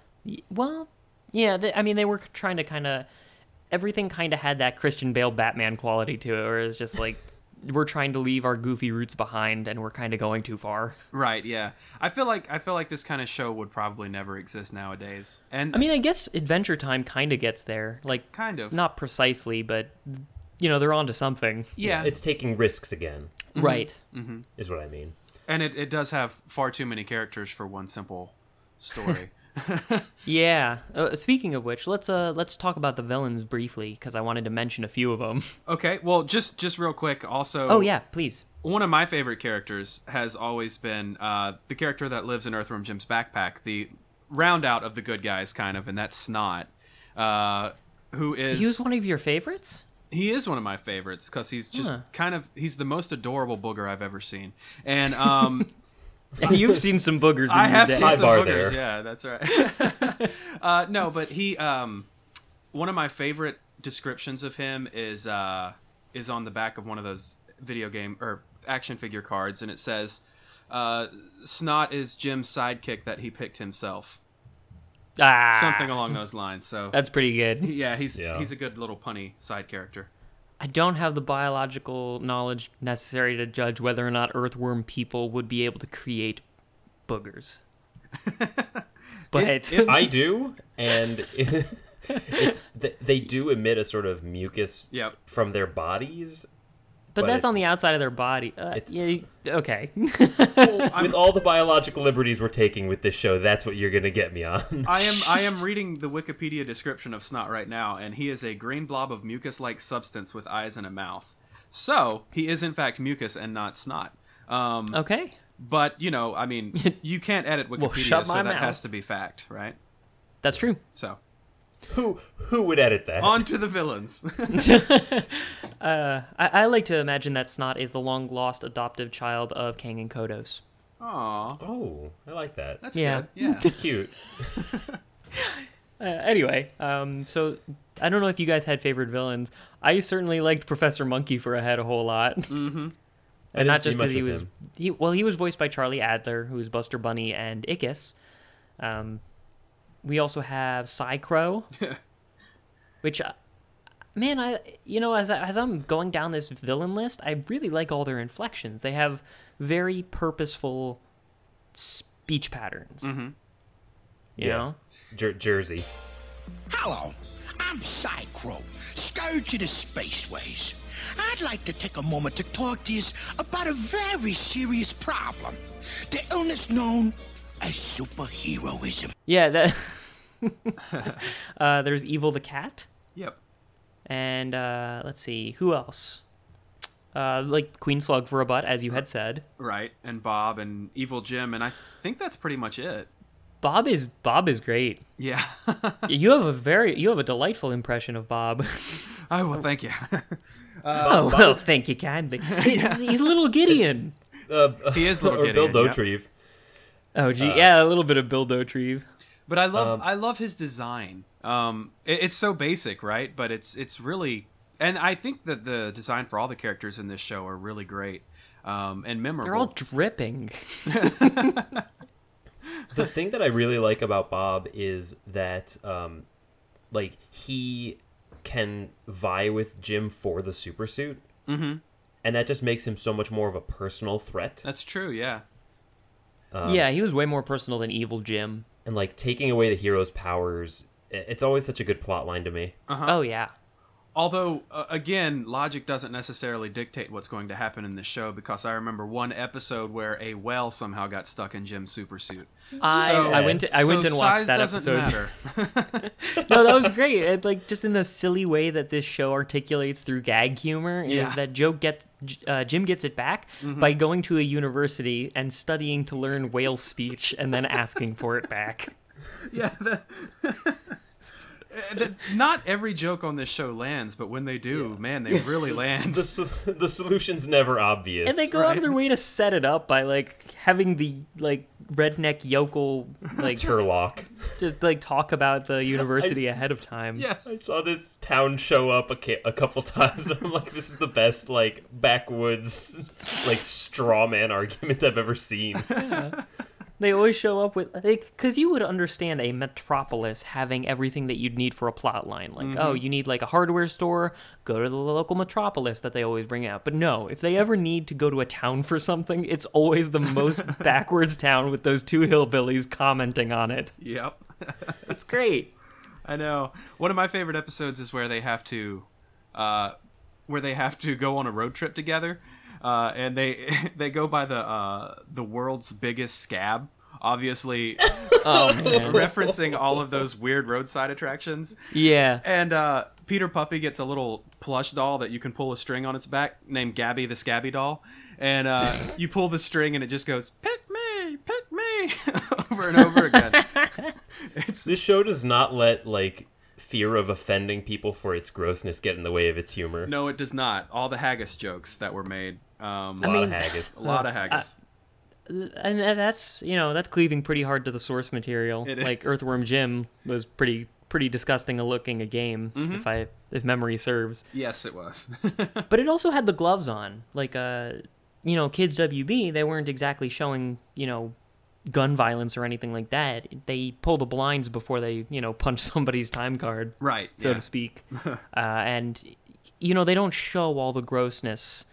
Well, yeah, they, I mean they were trying to kind of everything kind of had that Christian Bale Batman quality to it, where it's just like we're trying to leave our goofy roots behind and we're kind of going too far.
Right. Yeah. I feel like I feel like this kind of show would probably never exist nowadays. And
I mean, I guess Adventure Time kind of gets there, like
kind of.
not precisely, but you know they're onto something,
Yeah.
It's taking risks again,
right?
Mm-hmm.
is what I mean.
And it, it does have far too many characters for one simple story.
Yeah. Uh, speaking of which, let's uh let's talk about the villains briefly because I wanted to mention a few of them.
okay, well, just just real quick. Also,
Oh yeah, please.
one of my favorite characters has always been uh, the character that lives in Earthworm Jim's backpack, the round out of the good guys, kind of, and that's Snot, uh, who is
He was one of your favorites.
he is one of my favorites because he's just
Huh.
kind of he's the most adorable booger I've ever seen, and um,
You've seen some boogers. In
I
your
have
day.
seen some
bar
boogers.
there.
Yeah, that's right. uh, no, but he, um, one of my favorite descriptions of him is uh, is on the back of one of those video game or action figure cards, and it says, uh, "Snot is Jim's sidekick that he picked himself."
Ah,
Something along those lines. So
That's pretty good.
yeah, he's
Yeah.
he's a good little punny side character.
I don't have the biological knowledge necessary to judge whether or not earthworm people would be able to create boogers. But
if-
I do, and it's they, they do emit a sort of mucus
Yep.
from their bodies
But,
But
that's on
it's-
the outside of their body. Uh,
it's- Mm.
yeah, you- okay.
with all the biological liberties we're taking with this show that's what you're gonna get me on
I am I am reading the Wikipedia description of snot right now, and he is a green blob of mucus-like substance with eyes and a mouth. So he is in fact mucus and not snot. Um,
okay.
But you know, I mean, you can't edit Wikipedia,
shut
so
my
that
mouth.
has to be fact, right?
That's true.
So
who who would edit that
on to the villains.
I, I like to imagine that Snot is the long lost adoptive child of Kang and Kodos.
Aw,
oh i like that that's
that's
Yeah.
good. Yeah.
cute
Uh, anyway, um, so I don't know if you guys had favorite villains. I certainly liked Professor Monkey for a head a whole lot.
and
not just because he was he, well he was voiced by charlie adler who was buster bunny and ickis um, we also have cycro which uh, man i you know as, I, as i'm going down this villain list i really like all their inflections they have very purposeful speech patterns you
Yeah.
know
Jer- jersey
Hello, I'm Psychro, Scourge of the Spaceways. I'd like to take a moment to talk to you about a very serious problem. The illness known as superheroism.
yeah that uh, there's evil the cat
Yep.
and uh, let's see who else uh, like queen slug for a butt as you had said
Right. And Bob and Evil Jim, and I think that's pretty much it.
Bob is Bob is great.
Yeah.
You have a very you have a delightful impression of Bob.
oh well, thank you.
oh well, thank you kindly. He's, he's little Gideon.
uh,
He is little
or bill
Gideon, yeah.
dotrieve
Oh
Uh,
gee, yeah, a little bit of Bill Dotrieve.
But I love
Um,
I love his design. Um, it, it's so basic, right? But it's it's really, and I think that the design for all the characters in this show are really great um, and memorable.
They're all dripping.
the thing that I really like about Bob is that, um, like, he can vie with Jim for the super suit, mm-hmm. and that just makes him so much more of a personal threat.
That's true. Yeah. uh,
yeah, he was way more personal than Evil Jim.
And like taking away the hero's powers, i- it's always such a good plot line to me.
Uh-huh.
Oh yeah,
Although, uh, again, logic doesn't necessarily dictate what's going to happen in this show because I remember one episode where a whale somehow got stuck in Jim's super suit.
I,
So-
I went to, I went
So
and
size
watched that
doesn't
episode.
matter.
no, that was great. It, like just in the silly way that this show articulates through gag humor is
Yeah.
that Joe gets J- uh, Jim gets it back by going to a university and studying to learn whale speech and then asking for it back.
yeah. The, the- not every joke on this show lands, but when they do, man, they really land.
The so- the solution's never obvious.
And they go out of their way to set it up by like having the like redneck yokel like
Turlock.
just like talk about the university ahead of time.
yes.
I saw this town show up a, ca- a couple times. and I'm like, this is the best like backwoods like straw man argument I've ever seen.
They always show up with like cuz you would understand a metropolis having everything that you'd need for a plot line. Like,
Mm-hmm.
oh, you need like a hardware store, go to the local metropolis that they always bring out. But no, if they ever need to go to a town for something, it's always the most backwards town with those two hillbillies commenting on it.
Yep.
It's great.
I know. One of my favorite episodes is where they have to, uh, where they have to go on a road trip together, uh, and they they go by the uh, the world's biggest scab. Obviously, um,
Oh man.
referencing all of those weird roadside attractions,
Yeah.
and uh, Peter Puppy gets a little plush doll that you can pull a string on its back, named Gabby the Scabby doll, and uh, you pull the string and it just goes pick me, pick me, over and over again. it's
This show does not let like fear of offending people for its grossness get in the way of its humor.
No, it does not. All the haggis jokes that were made. Um,
a lot
mean- uh,
of haggis.
a lot of haggis.
and tha- that's you know that's cleaving pretty hard to the source material.
It
like
is.
Earthworm Jim was pretty pretty disgusting a looking a game
Mm-hmm.
if I if memory serves.
yes, it was.
But it also had the gloves on. Like uh you know kids WB they weren't exactly showing you know gun violence or anything like that. They pull the blinds before they you know punch somebody's time card
right.
so
yeah.
to speak. uh, and you know they don't show all the grossness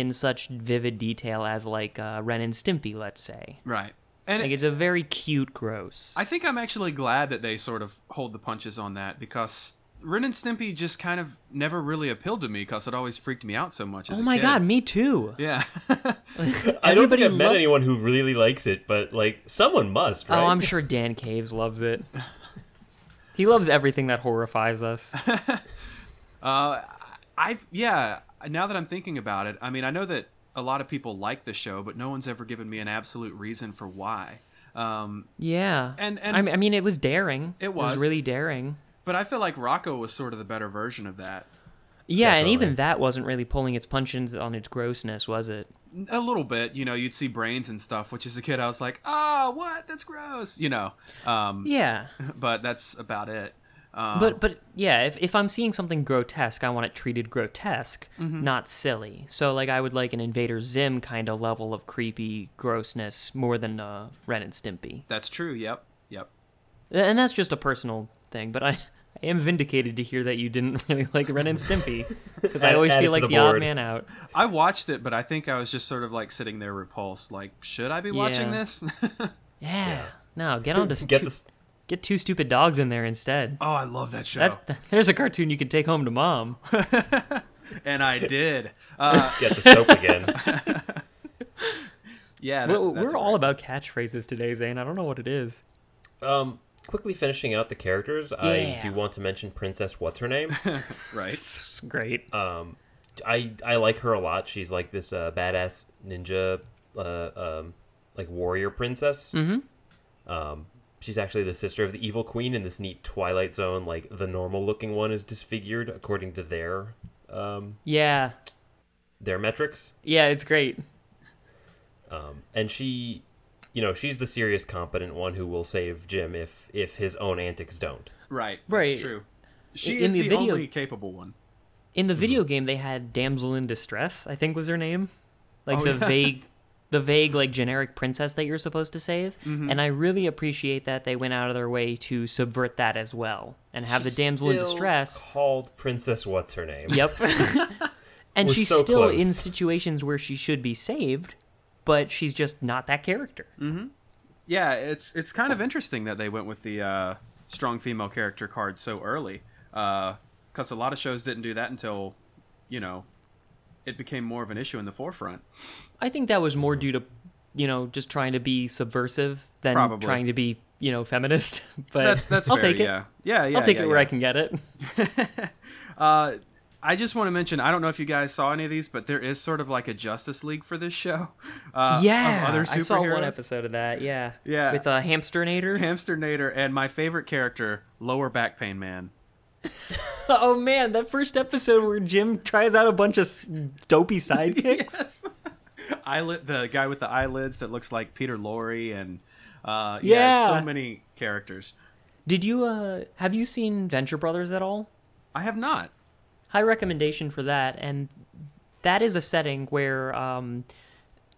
in such vivid detail as like uh, Ren and Stimpy let's say.
Right. And
Like
it-
it's a very cute gross.
I think I'm actually glad that they sort of hold the punches on that because Ren and Stimpy just kind of never really appealed to me because it always freaked me out so much. As
oh
a
my
kid.
god, me too.
Yeah.
I don't think
Everybody
I've met
loved-
anyone who really likes it, but like someone must, right?
Oh, I'm sure Dan Caves loves it. he loves everything that horrifies us.
I yeah. Now that I'm thinking about it, I mean, I know that a lot of people like the show, but no one's ever given me an absolute reason for why. Um,
Yeah.
And- and-
I mean, I mean, it was daring.
It
It
was.
was really daring.
but I feel like Rocco was sort of the better version of that.
Yeah,
Definitely.
and even that wasn't really pulling its punches on its grossness, was it?
A little bit, you know, you'd see brains and stuff, which as a kid I was like, "Ah, what? That's gross," you know. Um,
Yeah.
But that's about it.
but but yeah, if, if I'm seeing something grotesque, I want it treated grotesque,
Mm-hmm.
not silly. So like I would like an Invader Zim kind of level of creepy grossness more than uh, Ren and Stimpy.
That's true. Yep. Yep.
And that's just a personal thing, but I, I am vindicated to hear that you didn't really like Ren and Stimpy because I
Add-
always
add it
feel
to
like
the
the, odd
board.
man out.
I watched it, but I think I was just sort of like sitting there repulsed. Like, should I be watching
Yeah.
this?
Yeah. No, get on to
Get
two,
this.
get two stupid dogs in there instead.
oh, I love that show.
That's there's a cartoon you can take home to mom.
and I did. Uh,
Get the soap again.
yeah. that-
We're,
that's
we're
a great-
all about catchphrases today, Zane. I don't know what it is.
Um, quickly finishing out the characters, I
Yeah.
do want to mention Princess What's Her Name.
right.
It's great.
I I like her a lot. She's like this uh, badass ninja, uh, um, like warrior princess. Mm-hmm. Um, she's actually the sister of the evil queen in this neat Twilight Zone. Like the normal looking one is disfigured according to their um,
yeah.
their metrics,
Yeah, it's great.
and she, you know, she's the serious competent one who will save Jim if if his own antics don't.
Right. That's
Right.
true. She
In
is the,
the video-
only capable one.
In
Mm-hmm.
the video game, they had damsel in distress. I think was her name, like
Oh,
the
yeah.
vague, the vague like generic princess that you're supposed to save.
Mm-hmm.
And I really appreciate that they went out of their way to subvert that as well and have
She's
the damsel in
still
distress.
called Princess What's Her Name.
Yep. and
We're
she's
so
still
close.
in situations where she should be saved, but she's just not that character.
Mm. Yeah, it's it's kind of interesting that they went with the uh, strong female character card so early, because a lot of shows didn't do that until, you know, it became more of an issue in the forefront.
I think that was more due to, you know, just trying to be subversive than
Probably.
trying to be, you know, feminist. But
That's that's
I'll
fair,
take it.
Yeah. Yeah. Yeah.
I'll take
yeah,
it where
yeah.
I can get it.
I just want to mention, I don't know if you guys saw any of these, but there is sort of like a Justice League for this show. Uh,
yeah,
of other superheroes.
I saw one episode of that. Yeah,
Yeah.
with a uh, hamsternator.
Hamsternator and my favorite character, Lower Back Pain Man.
oh man, that first episode where Jim tries out a bunch of s- dopey sidekicks.
Eyelid, the guy with the eyelids that looks like Peter Lorre, and uh,
Yeah.
so many characters.
Did you uh have you seen Venture Brothers at all?
I have not.
high recommendation for that and that is a setting where um,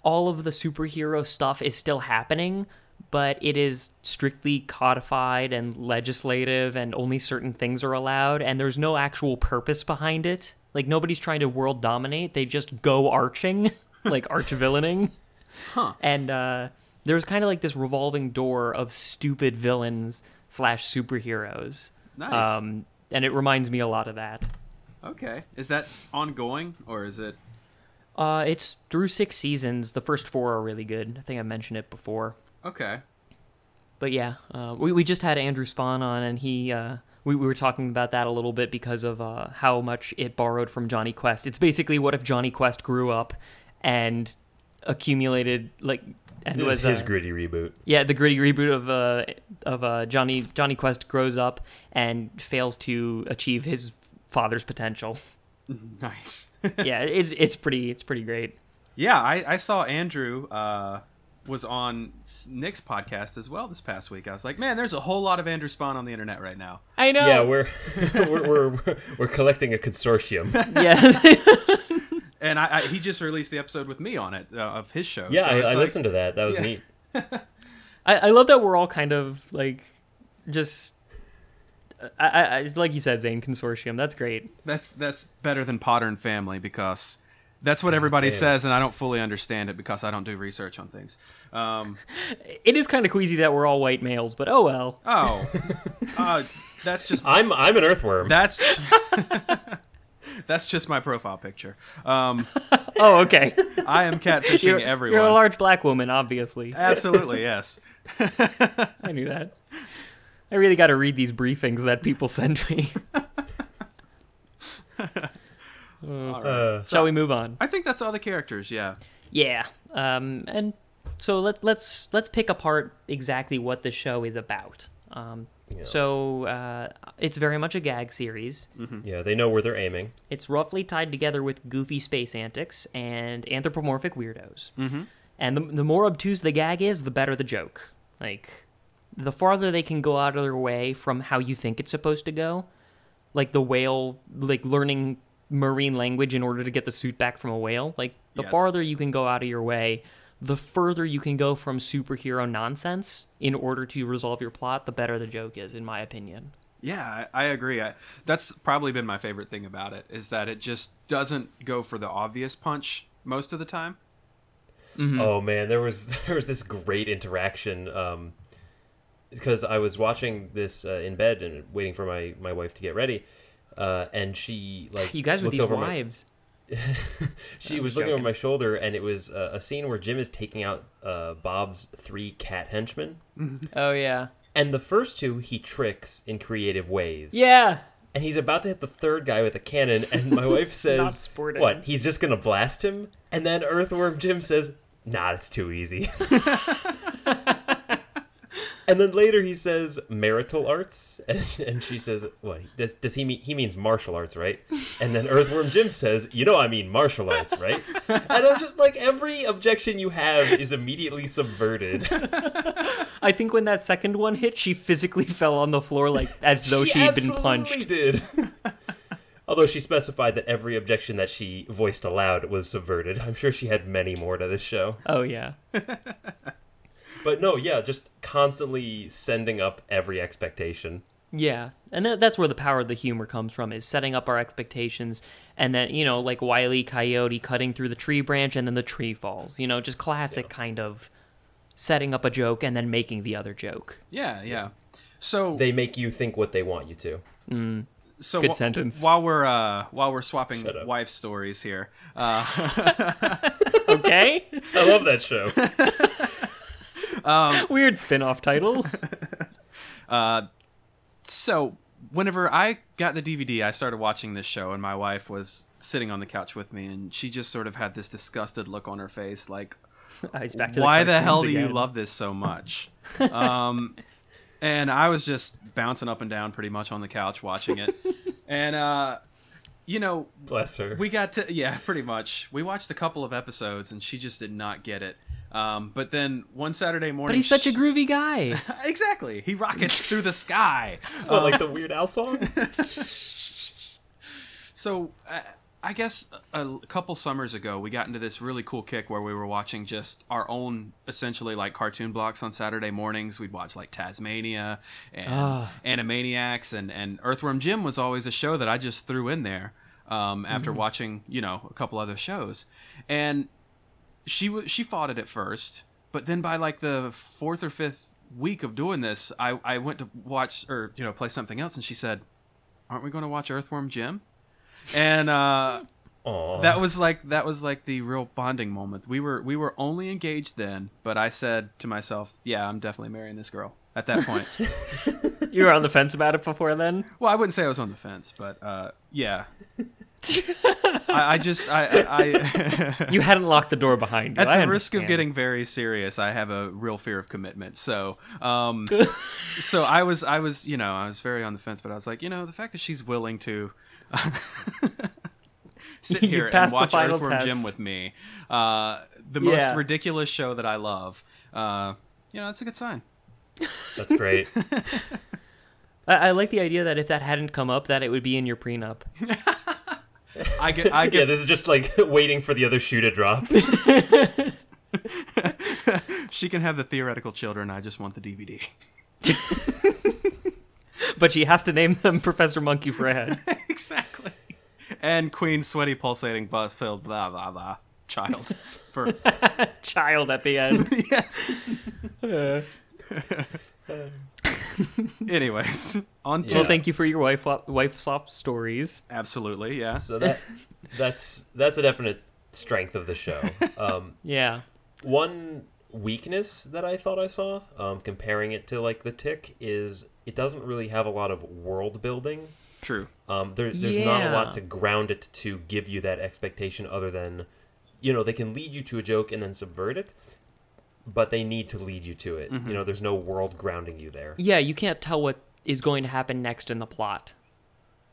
all of the superhero stuff is still happening but it is strictly codified and legislative and only certain things are allowed and there's no actual purpose behind it like nobody's trying to world dominate they just go arching like arch villaining and uh, there's kind of like this revolving door of stupid villains slash superheroes
Nice.
um, and it reminds me a lot of that
Okay, is that ongoing or is it?
Uh, it's through six seasons. The first four are really good. I think I mentioned it before.
Okay,
But yeah, uh, we we just had Andrew Spawn on, and he uh, we we were talking about that a little bit because of uh, how much it borrowed from Johnny Quest. It's basically what if Johnny Quest grew up and accumulated like and
It was
was
his
uh,
gritty reboot.
yeah, the gritty reboot of uh of uh Johnny Johnny Quest grows up and fails to achieve his father's potential.
nice.
yeah, it's it's pretty it's pretty great.
yeah, I, I saw Andrew uh, was on S- Nick's podcast as well this past week. I was like, man, there's a whole lot of Andrew Spawn on the internet right now.
I know.
Yeah, we're, we're we're we're collecting a consortium.
yeah.
And I, I, he just released the episode with me on it uh, of his show.
Yeah,
so
I,
it's
I
like-
listened to that. That was
Yeah.
neat.
I, I love that we're all kind of like just I, I, I like you said Zane consortium that's great
That's that's better than Potter and Family because That's what everybody says, and I don't fully understand it because I don't do research on things. Um,
It is kind of queasy that we're all white males, but oh well.
oh, uh, that's just
I'm I'm an earthworm.
that's that's just my profile picture. Um,
Oh, okay.
I am catfishing
you're,
everyone.
you're a large black woman, obviously.
Absolutely, yes.
I knew that. I really got to read these briefings that people send me.
Uh,
Shall we move on?
I think that's all the characters. Yeah.
Yeah. Um, and so let let's let's pick apart exactly what the show is about. Um, So uh, it's very much a gag series.
yeah, they know where they're aiming.
It's roughly tied together with goofy space antics and anthropomorphic weirdos. Mm-hmm. And the, the more obtuse the gag is, the better the joke. Like, the farther they can go out of their way from how you think it's supposed to go, like the whale, like learning marine language in order to get the suit back from a whale, like, the
Yes.
farther you can go out of your way, the further you can go from superhero nonsense in order to resolve your plot, the better the joke is, in my opinion.
Yeah, I, I agree. I, that's probably been my favorite thing about it is that it just doesn't go for the obvious punch most of the time.
Mm-hmm.
Oh man, there was there was this great interaction um, because I was watching this uh, in bed and waiting for my my wife to get ready, uh, and she like
You guys
looked
with these
over my-
wives.
she was looking over my shoulder, and it was uh, a scene where Jim is taking out uh, Bob's three cat henchmen,
Oh, yeah.
and the first two he tricks in creative ways.
Yeah.
and he's about to hit the third guy with a cannon, and my wife
Not
says,
sporting.
"What? He's just gonna blast him?" And then Earthworm Jim says, "Nah, it's too easy." and then later he says, "Marital arts," and, and she says, "What? Does, does he mean he means martial arts, right?" And then Earthworm Jim says, "You know, I mean martial arts, right?" And I'm just like, every objection you have is immediately subverted.
I think when that second one hit, she physically fell on the floor like as though she had been
absolutely
punched.
Did. Although she specified that every objection that she voiced aloud was subverted. I'm sure she had many more to this show.
Oh yeah.
But no, yeah, just constantly sending up every expectation.
Yeah. And that, that's where the power of the humor comes from is setting up our expectations and then, you know, like Wiley Coyote cutting through the tree branch and then the tree falls. You know, just classic kind of setting up a joke and then making the other joke.
Yeah, yeah. So
They make you think what they want you to.
so
Good
wh-
sentence.
While we're uh, while we're swapping
up.
wife stories here, uh,
Okay?
I love that show.
Weird spin-off title.
so whenever I got the DVD, I started watching this show, and my wife was sitting on the couch with me, and she just sort of had this disgusted look on her face, like,
Uh, he's back to the
why the
cartoons
hell do you
again.
love this so much? um, and I was just bouncing up and down pretty much on the couch watching it, and uh, you know,
Bless her.
we got to yeah, pretty much. We watched a couple of episodes, and she just did not get it. Um, but then one Saturday morning,
But he's such a
she-
groovy guy.
exactly. He rockets through the sky.
What, Oh, like the Weird Al song?
So uh, I guess a a couple summers ago, we got into this really cool kick where we were watching just our own, essentially like cartoon blocks on Saturday mornings. We'd watch like Tasmania and Animaniacs, and and Earthworm Jim was always a show that I just threw in there um, after watching, you know, a couple other shows, and she w- she fought it at first, but then by like the fourth or fifth week of doing this, I I went to watch or you know play something else, and she said, "Aren't we going to watch Earthworm Jim?" And uh,
Aw.
that was like that was like the real bonding moment. We were we were only engaged then, but I said to myself, "Yeah, I'm definitely marrying this girl." At that point,
you were on the fence about it before then.
well, I wouldn't say I was on the fence, but uh, yeah, I, I just I I, I
You hadn't locked the door behind you.
at the
I
risk of
understand.
getting very serious, I have a real fear of commitment. So, um, so I was I was you know I was very on the fence, but I was like, you know, the fact that she's willing to. Sit
You
here and
passed the
watch
final
Earthworm Jim
test.
with me. Uh, the most
Yeah.
ridiculous show that I love. Uh, you know, that's a good sign.
That's great.
I, I like the idea that if that hadn't come up, that it would be in your prenup.
I get, I
Yeah,
get,
this is just like waiting for the other shoe to drop.
she can have the theoretical children. I just want the DVD.
But she has to name them Professor Monkey for a head.
exactly. and Queen's sweaty, pulsating, buzz-filled, blah blah blah child. For
Child at the end.
yes. Anyways, on to
Well, thank you for your wife wife swap stories.
absolutely yeah.
So that that's that's a definite strength of the show. Um,
Yeah.
one weakness that I thought I saw, um, comparing it to like the Tick, is it doesn't really have a lot of world building.
True.
Um, there, there's not a
Yeah.
lot to ground it to give you that expectation, other than, you know, they can lead you to a joke and then subvert it, but they need to lead you to it.
Mm-hmm.
You know, there's no world grounding you there.
Yeah, you can't tell what is going to happen next in the plot.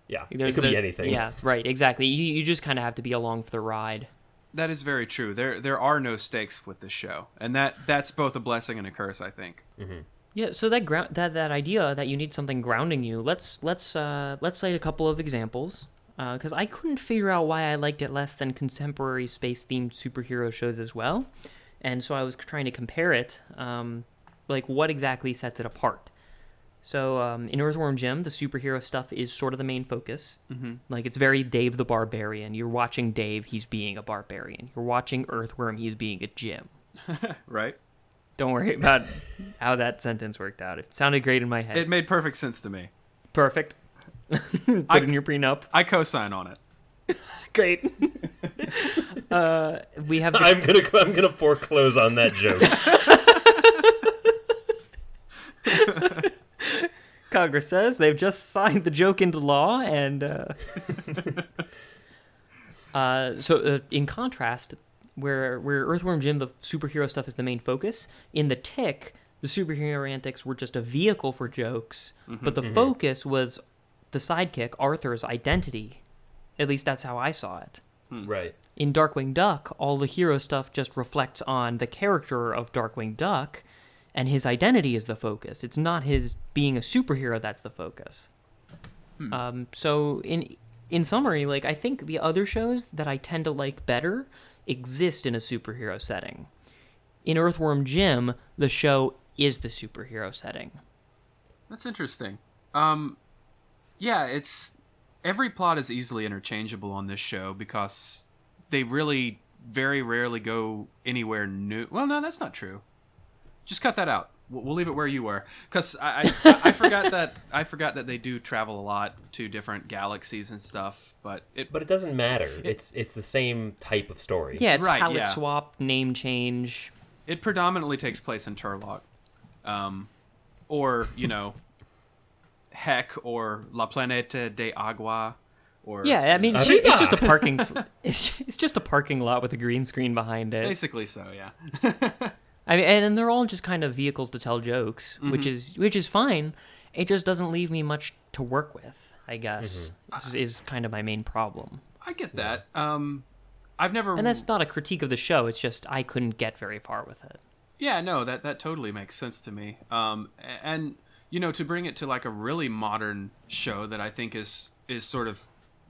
Yeah,
There's
it could
the-
be anything.
Yeah, right, exactly. You, you just kind of have to be along for the ride.
That is very true. There there are no stakes with this show, and that that's both a blessing and a curse. I think.
Yeah, so that ground that that idea that you need something grounding you. Let's let's uh, let's cite a couple of examples because I couldn't figure out why I liked it less than contemporary space themed superhero shows as well, and so I was trying to compare it, um, like what exactly sets it apart. So um, in Earthworm Jim, the superhero stuff is sort of the main focus. Mm-hmm. Like it's very Dave the Barbarian. You're watching Dave; he's being a barbarian. You're watching Earthworm; he's being a Jim.
Right.
Don't worry about how that sentence worked out. It sounded great in my head.
It made perfect sense to me.
Perfect. Put
I-
in your prenup.
I co-sign on it.
Great. uh, we have.
I'm gonna I'm gonna foreclose on that joke.
Congress says they've just signed the joke into law, and uh, uh, so uh, in contrast, where where Earthworm Jim the superhero stuff is the main focus, in the Tick the superhero antics were just a vehicle for jokes, but the focus was the sidekick Arthur's identity. At least that's how I saw it.
right.
in Darkwing Duck, all the hero stuff just reflects on the character of Darkwing Duck, and his identity is the focus. It's not his being a superhero that's the focus. Um, so in in summary, like I think the other shows that I tend to like better exist in a superhero setting. In Earthworm Jim, the show is the superhero setting.
That's interesting. Um, yeah, it's every plot is easily interchangeable on this show because they really very rarely go anywhere new. Well, no, that's not true. Just cut that out. We'll we'll leave it where you were, because I, I, I forgot that I forgot that they do travel a lot to different galaxies and stuff. But it
But it doesn't matter. It's it's the same type of story.
Yeah, it's
Right,
palette
yeah.
swap, name change.
it predominantly takes place in Turlock, um, or you know, Heck or La Planeta de Agua, or
Yeah, I mean, it's,
mean,
ju- it's just a
yeah.
parking. s- it's, it's just a parking lot with a green screen behind it.
basically so. Yeah.
I mean, and, and they're all just kind of vehicles to tell jokes,
Mm-hmm.
which is which is fine. It just doesn't leave me much to work with. I guess
Mm-hmm.
is, is kind of my main problem,
I get that. Um, I've never.
and that's not a critique of the show. It's just I couldn't get very far with it.
yeah, no, that that totally makes sense to me. Um, a- and you know, to bring it to like a really modern show that I think is is sort of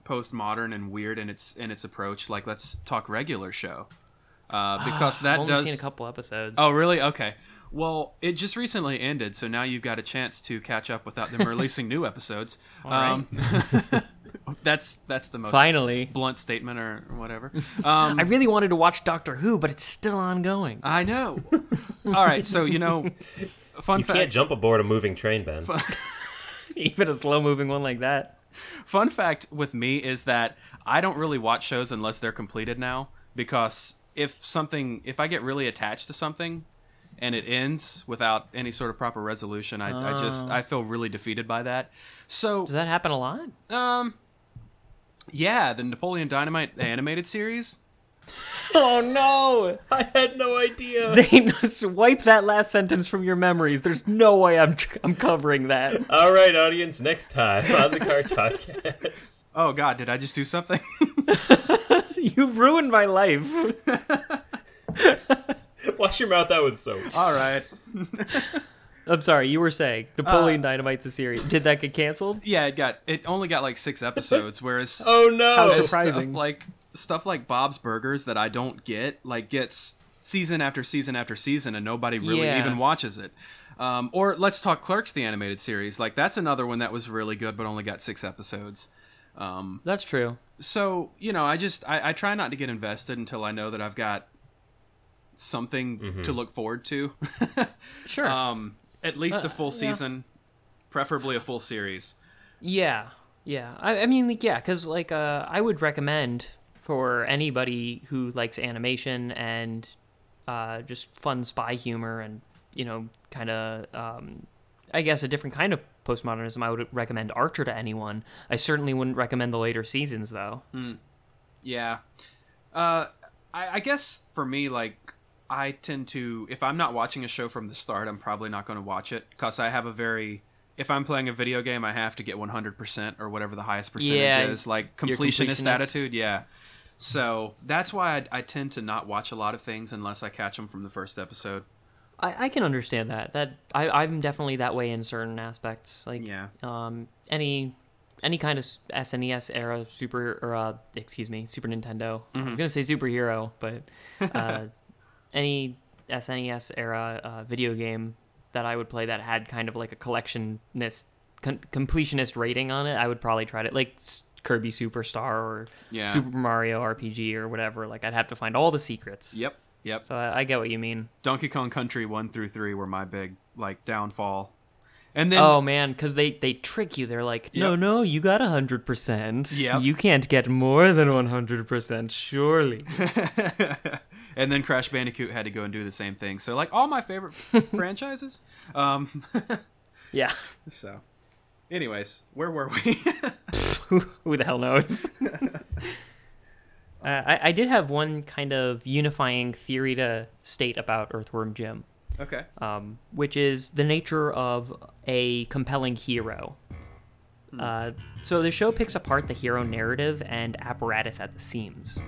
postmodern and weird in its in its approach. Like, let's talk regular show, uh, because that
Ah, I've only
does.
seen a couple episodes.
Oh, really? Okay. Well, it just recently ended, so now you've got a chance to catch up without them releasing new episodes. Um, that's that's the most
finally!
blunt statement or or whatever. Um,
I really wanted to watch Doctor Who, but it's still ongoing.
I know. All right, so you know, fun
You
fact.
can't jump aboard a moving train, Ben.
Even a slow moving one like that.
Fun fact with me is that I don't really watch shows unless they're completed now because if something, if I get really attached to something and it ends without any sort of proper resolution, I, I just
Oh.
I feel really defeated by that. So um,
Does that happen a lot?
yeah, the Napoleon Dynamite animated series.
Oh no!
I had no idea.
Zane, wipe that last sentence from your memories. There's no way I'm I'm covering that.
All right, audience, next time on the Car Podcast.
Oh God, did I just do something?
You've ruined my life.
Wash your mouth out with soap.
All right.
I'm sorry, you were saying Napoleon Dynamite the series. Did that get canceled?
Yeah, it got it only got like six episodes, whereas
Oh no!
How
There's
surprising.
Stuff like stuff like Bob's Burgers that I don't get, like gets season after season after season, and nobody really
Yeah.
even watches it. Um, or let's talk Clerks, the animated series. Like that's another one that was really good, but only got six episodes. Um,
That's true.
so you know i just I, I try not to get invested until i know that i've got something to look forward to
Sure.
um at
Uh,
least a full season preferably a full series
Yeah, yeah. I, I mean, like, yeah, because like uh, I would recommend for anybody who likes animation and uh, just fun spy humor and you know, kind of, um, I guess, a different kind of postmodernism. I would recommend Archer to anyone. I certainly wouldn't recommend the later seasons, though.
yeah uh i, I guess for me like i tend to if i'm not watching a show from the start i'm probably not going to watch it because i have a very if i'm playing a video game i have to get 100% or whatever the highest percentage
Yeah,
is like
you're a
completionist
completionist.
attitude yeah so that's why I, I tend to not watch a lot of things unless i catch them from the first episode
I, I can understand that. That I, I'm definitely that way in certain aspects. Like,
Yeah.
um, any any kind of s- SNES era super or uh, excuse me, Super Nintendo. I was gonna say superhero, but uh, any SNES era uh, video game that I would play that had kind of like a collectionist con- completionist rating on it, I would probably try to like s- Kirby Superstar or
Yeah.
Super Mario RPG or whatever. Like, I'd have to find all the secrets.
Yep. Yep.
So I, I get what you mean.
Donkey Kong Country one through three were my big like downfall, and then
oh man, because they they trick you. They're like, no,
Yep.
no, you got hundred percent.
Yep.
you can't get more than one hundred percent, surely.
and then Crash Bandicoot had to go and do the same thing. So like all my favorite franchises. Um,
yeah,
so, anyways, where were we?
who the hell knows? uh, I, I did have one kind of unifying theory to state about Earthworm Jim,
okay.
um, which is the nature of a compelling hero. Uh, so the show picks apart the hero narrative and apparatus at the seams.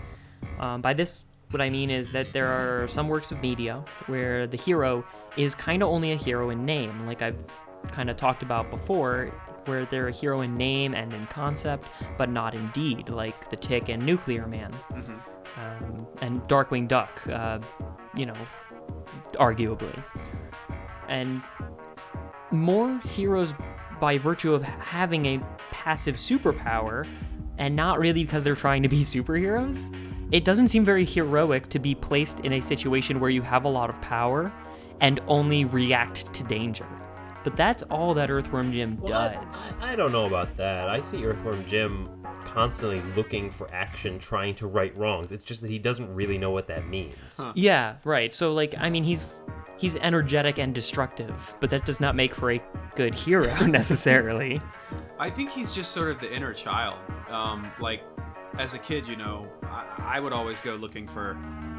Um, by this, what I mean is that there are some works of media where the hero is kind of only a hero in name, like I've kind of talked about before, where they're a hero in name and in concept, but not in deed, like The Tick and Nuclear Man, um, and Darkwing Duck, uh, you know, arguably. And more heroes by virtue of having a passive superpower and not really because they're trying to be superheroes. It doesn't seem very heroic to be placed in a situation where you have a lot of power and only react to danger. But that's all that Earthworm Jim does.
I, I don't know about that. I see Earthworm Jim constantly looking for action, trying to right wrongs. It's just that he doesn't really know what that means.
Yeah, right. So like I mean he's he's energetic and destructive, but that does not make for a good hero necessarily.
I think he's just sort of the inner child. Um, like as a kid, you know, I, I would always go looking for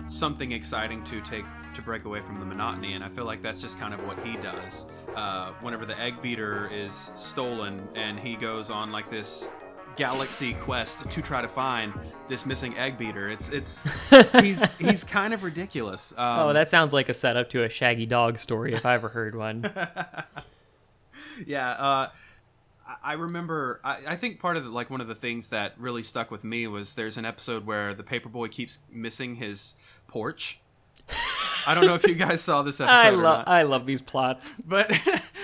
something exciting to take to break away from the monotony, and I feel like that's just kind of what he does. Uh, whenever the egg beater is stolen, and he goes on like this galaxy quest to try to find this missing egg beater, it's it's he's he's kind of ridiculous. Um,
oh, that sounds like a setup to a Shaggy Dog story if I ever heard one.
yeah uh I- I remember. I, I think part of the, like one of the things that really stuck with me was there's an episode where the paperboy keeps missing his porch. I don't know if you guys saw this episode.
I
or
love
not
I love these plots.
but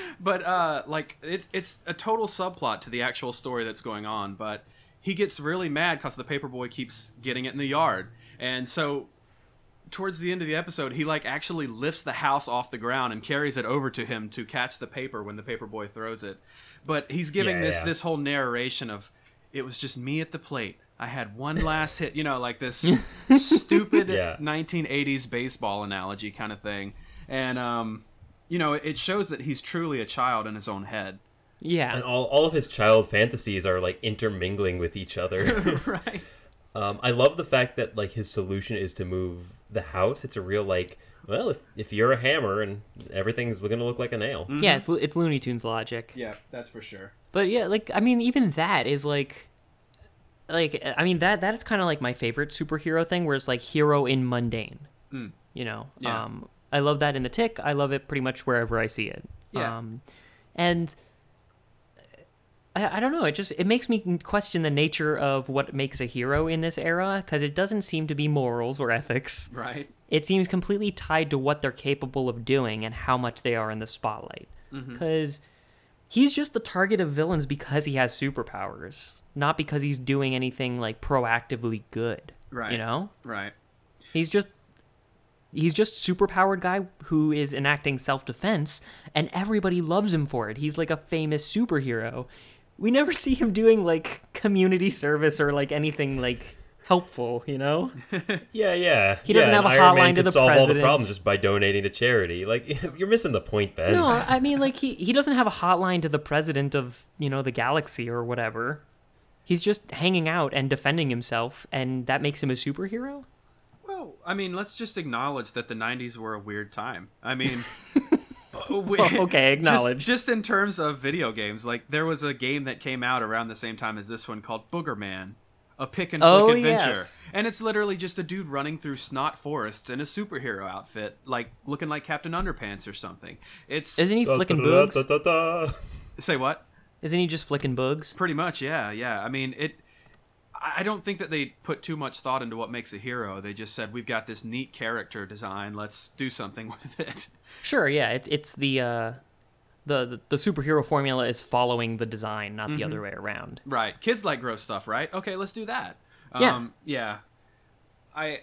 but uh like it's it's a total subplot to the actual story that's going on but he gets really mad because the paperboy keeps getting it in the yard and so towards the end of the episode he like actually lifts the house off the ground and carries it over to him to catch the paper when the paperboy throws it but he's giving
Yeah,
this
yeah.
this whole narration of it was just me at the plate i had one last hit you know like this stupid
Yeah.
1980s baseball analogy kind of thing and um you know, it shows that he's truly a child in his own head.
Yeah.
And all, all of his child fantasies are like intermingling with each other.
right.
um, I love the fact that like his solution is to move the house. It's a real like, well, if, if you're a hammer and everything's going to look like a nail.
Yeah, it's it's Looney Tunes logic.
Yeah, that's for sure.
But yeah, like I mean, even that is like, like I mean that that is kind of like my favorite superhero thing, where it's like hero in mundane. You know,
Mm. Yeah.
um, I love that in the Tick. I love it pretty much wherever I see it.
Yeah.
Um, and uh, I, I don't know. It just it makes me question the nature of what makes a hero in this era because it doesn't seem to be morals or ethics.
Right.
It seems completely tied to what they're capable of doing and how much they are in the spotlight. Because he's just the target of villains because he has superpowers, not because he's doing anything like proactively good.
Right.
You know?
Right.
He's just he's just superpowered guy who is enacting self-defense and everybody loves him for it. He's like a famous superhero. We never see him doing like community service or like anything like helpful, you know?
Yeah, yeah.
He doesn't
Yeah,
have
an
a
Iron Man
hotline to
could
the
solve all the
president.
problems just by donating to charity. Like you're missing the point, Ben.
No, I mean like he he doesn't have a hotline to the president of, you know, the galaxy or whatever. He's just hanging out and defending himself and that makes him a superhero?
Well, I mean, let's just acknowledge that the 90s were a weird time. I mean, uh, we-
okay, acknowledge.
Just, just in terms of video games, like there was a game that came out around the same time as this one called Booger Man, a pick and flick
Oh,
adventure.
yes.
And it's literally just a dude running through snot forests in a superhero outfit, like looking like Captain Underpants or something. It's
Isn't he
Da,
flicking
da, da,
boogs?
da, da, da.
say what?
Isn't he just flicking bugs?
Pretty much, yeah, yeah. I mean, it. I I don't think that they put too much thought into what makes a hero. They just said, "We've got this neat character design. Let's do something with it."
Sure, yeah. It's it's the uh, the the- the superhero formula is following the design, not
Mm-hmm.
the other way around.
Right. Kids like gross stuff, right? Okay, let's do that.
Yeah.
Um, yeah. I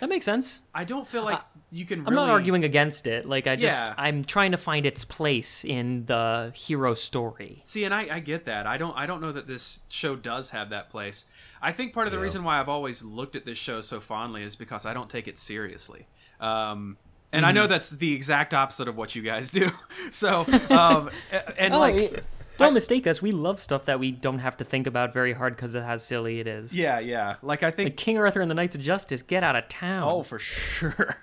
That makes sense.
I don't feel like you can.
Uh, I'm not
really-
arguing against it. Like I just
Yeah.
I'm trying to find its place in the hero story.
See, and I, I get that. I don't I don't know that this show does have that place. I think part of the reason why I've always looked at this show so fondly is because I don't take it seriously. Um, and I know
Mm-hmm.
that's the exact opposite of what you guys do. So, um, a- and
Oh,
like,
it- don't mistake us. We love stuff that we don't have to think about very hard because of how silly it is.
yeah, yeah. Like I
Like
think,
King Arthur and the Knights of Justice, get out of town.
oh, for sure.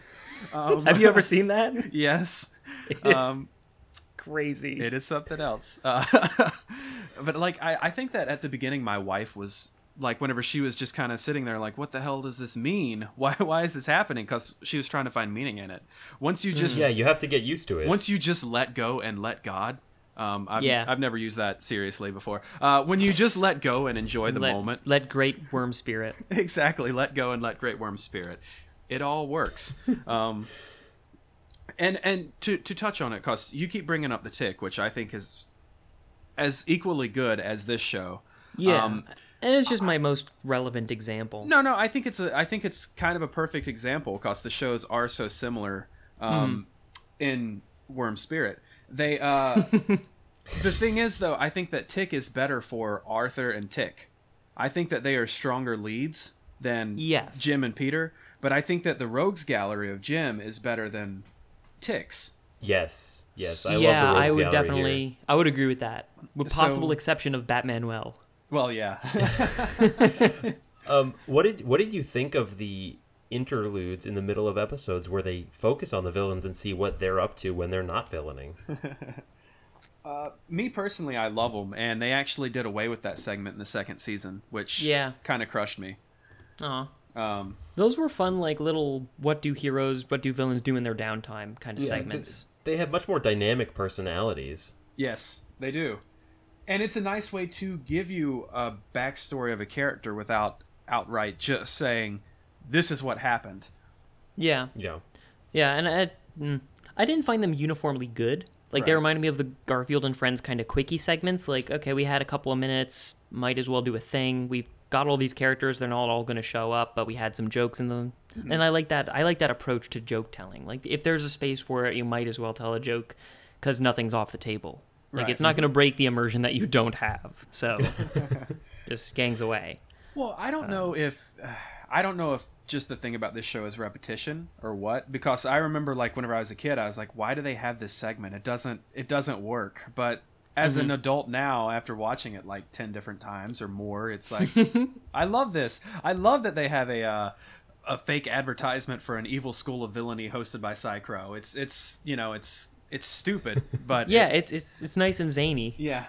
have you ever seen that?
yes.
It's
Um,
crazy.
it is something else. Uh, but like, I, I think that at the beginning, my wife was like, whenever she was just kind of sitting there, like, what the hell does this mean? Why, why is this happening? Because she was trying to find meaning in it. Once you just,
Mm. yeah, you have to get used to it.
once you just let go and let God. Um, I've,
Yeah.
I've never used that seriously before. Uh, when you just let go and enjoy the
let,
moment,
let great worm spirit.
exactly let go and let great worm spirit it all works um and and to to touch on it cause you keep bringing up the tick which i think is as equally good as this show
Yeah.
Um,
and it's just my most relevant example.
no no i think it's a i think it's kind of a perfect example because the shows are so similar um
Hmm.
in worm spirit they uh the thing is though i think that tick is better for arthur and tick i think that they are stronger leads than
Yes.
jim and peter but i think that the rogues gallery of jim is better than tick's
yes, yes. I
yeah,
love the
I
Rogues
would
Gallery
definitely.
here.
I would agree with that, with
So-
possible exception of Batman. Well,
well yeah
Um, what did what did you think of the interludes in the middle of episodes where they focus on the villains and see what they're up to when they're not villaining?
me personally i love them and they actually did away with that segment in the second season which
Yeah.
kind of crushed me
Aw.
um
those were fun, like little what do heroes, what do villains do in their downtime kind of
Yeah,
segments.
They have much more dynamic personalities.
Yes, they do. And it's a nice way to give you a backstory of a character without outright just saying, this is what happened.
Yeah,
You know,
yeah, and I, mm, I didn't find them uniformly good. Like they
Right.
reminded me of the Garfield and Friends kind of quickie segments. Like, okay, we had a couple of minutes, might as well do a thing. We've got all these characters; they're not all going to show up, but we had some jokes in them.
Mm-hmm.
And I like that. I like that approach to joke telling. Like, if there's a space for it, you might as well tell a joke because nothing's off the table. Like,
Right. mm-hmm.
it's not going to break the immersion that you don't have. So, just gangs away.
Well, I don't know if I don't know if just the thing about this show is repetition or what because I remember like whenever I was a kid I was like why do they have this segment? It doesn't it doesn't work. But as an adult now after watching it like 10 different times or more, it's like I love this. I love that they have a uh, a fake advertisement for an evil school of villainy hosted by Psychro. It's it's you know, it's it's stupid, but
Yeah, it's it's it's nice and zany.
yeah.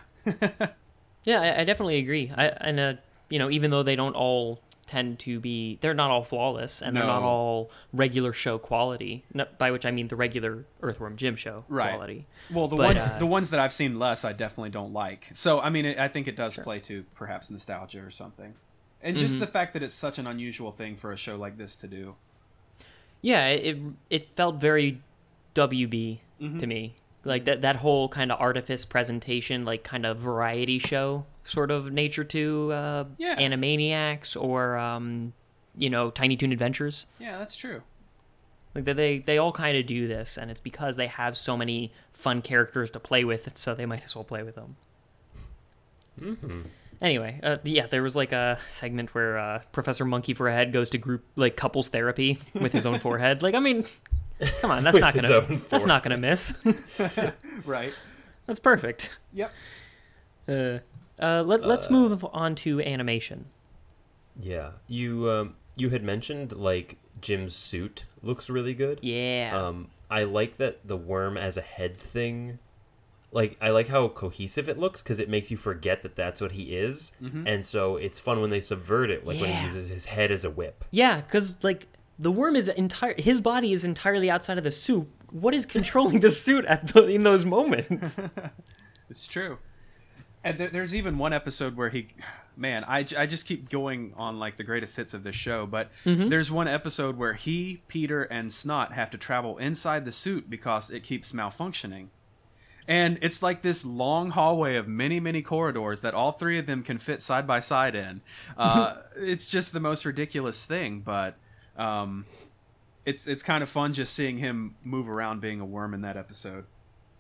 Yeah, I, I definitely agree. I and uh, you know, even though they don't all tend to be, they're not all flawless, and they're not
No.
all regular show quality. No, by which I mean the regular Earthworm Jim show
Right.
quality.
Well, the
But,
ones
uh,
the ones that I've seen less, I definitely don't like. So I mean, it, I think it does play to perhaps nostalgia or something, and
Mm-hmm.
just the fact that it's such an unusual thing for a show like this to do. Mm-hmm.
Yeah, it it felt very WB to me. like that that whole kind of artifice presentation, like kind of variety show sort of nature to uh,
Yeah.
Animaniacs or um, you know Tiny Toon Adventures.
Yeah, that's true.
Like they- they they all kind of do this, and it's because they have so many fun characters to play with, so they might as well play with them.
Mm-hmm.
Anyway, uh, yeah, there was like a segment where uh, Professor Monkey Forehead goes to group like couples therapy with his own forehead. Like, I mean, come on, that's
With
not
his
gonna
own
that's not gonna miss.
Right.
that's perfect.
Yep.
Uh, uh, let, let's move on to animation.
Yeah, you um, you had mentioned like Jim's suit looks really good.
Yeah,
Um, I like that the worm as a head thing. Like I like how cohesive it looks because it makes you forget that that's what he is, and so it's fun when they subvert it, like when
Mm-hmm. Yeah.
he uses his head as a whip.
yeah, because like the worm is entire his body is entirely outside of the suit. What is controlling the suit at the, in those moments?
It's true. And there, there's even one episode where he, man, I, j- I just keep going on like the greatest hits of this show, but there's one episode where he, Peter, and Snot have to travel inside the suit because it keeps malfunctioning. And it's like this long hallway of many, many corridors that all three of them can fit side by side in. Uh, it's just the most ridiculous thing, but um, it's it's kind of fun just seeing him move around being a worm in that episode.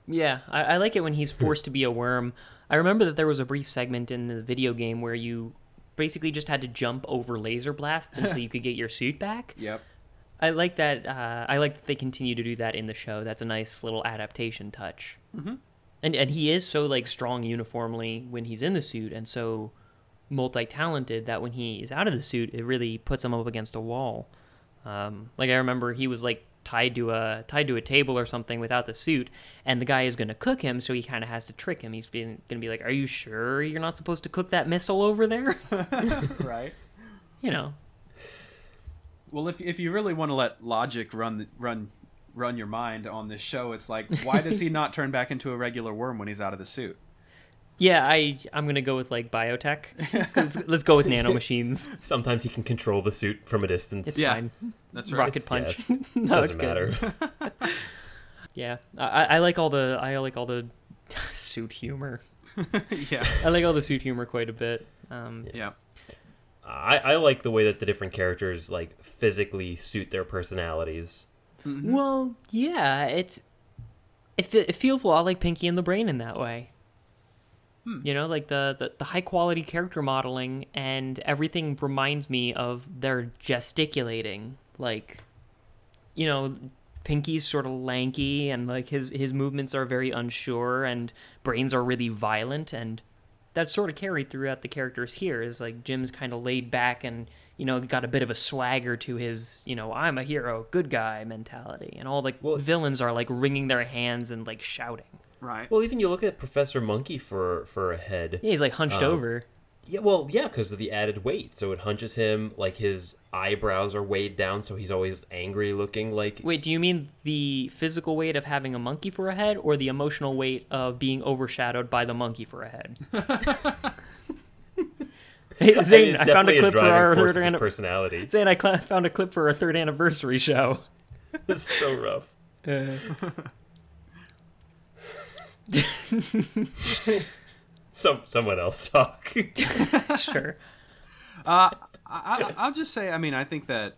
Yeah, I, I like it when he's forced to be a worm. I remember that there was a brief segment in the video game where you basically just had to jump over laser blasts until you could get your suit back.
Yep.
I like that. Uh, I like that they continue to do that in the show. That's a nice little adaptation touch. Mm-hmm. And and he is so like strong uniformly when he's in the suit, and so multi-talented that when he is out of the suit, it really puts him up against a wall. Um, like I remember, he was like tied to a tied to a table or something without the suit, and the guy is going to cook him, so he kind of has to trick him. He's being, going to be like, "Are you sure you're not supposed to cook that missile over there?"
Right.
you know.
Well, if if you really want to let logic run the- run run your mind on this show, it's like why does he not turn back into a regular worm when he's out of the suit?
Yeah, I I'm gonna go with like biotech. let's, let's go with nanomachines.
Sometimes he can control the suit from a distance.
It's
Yeah,
fine.
That's right.
Rocket punch.
Yeah, it's-
no,
doesn't
it's good.
matter.
Yeah, I, I I like all the I like all the suit humor.
yeah,
I like all the suit humor quite a bit. Um,
yeah,
I, I like the way that the different characters like physically suit their personalities.
Well, yeah, it's it, fe- it feels a lot like Pinky and the Brain in that way. You know, like the, the, the high quality character modeling and everything reminds me of their gesticulating. Like, you know, Pinky's sort of lanky and like his his movements are very unsure and brains are really violent and that's sort of carried throughout the characters here is like Jim's kind of laid back and you know got a bit of a swagger to his you know I'm a hero good guy mentality and all the villains are like wringing their hands and like shouting
right.
Well, even you look at Professor Monkey for for a head.
yeah he's like hunched over
Yeah, well, yeah, because of the added weight, so it hunches him. Like his eyebrows are weighed down, so he's always angry looking. Like
wait do you mean the physical weight of having a monkey for a head or the emotional weight of being overshadowed by the monkey for a head hey,
I mean,
Zane
it's
I, found
definitely
a clip for
driving
our
force of
third
his
anni-
personality.
Zane I cl- found a clip for our third anniversary show
It's so rough. Some someone else talk.
sure
I, I'll just say, I mean, I think that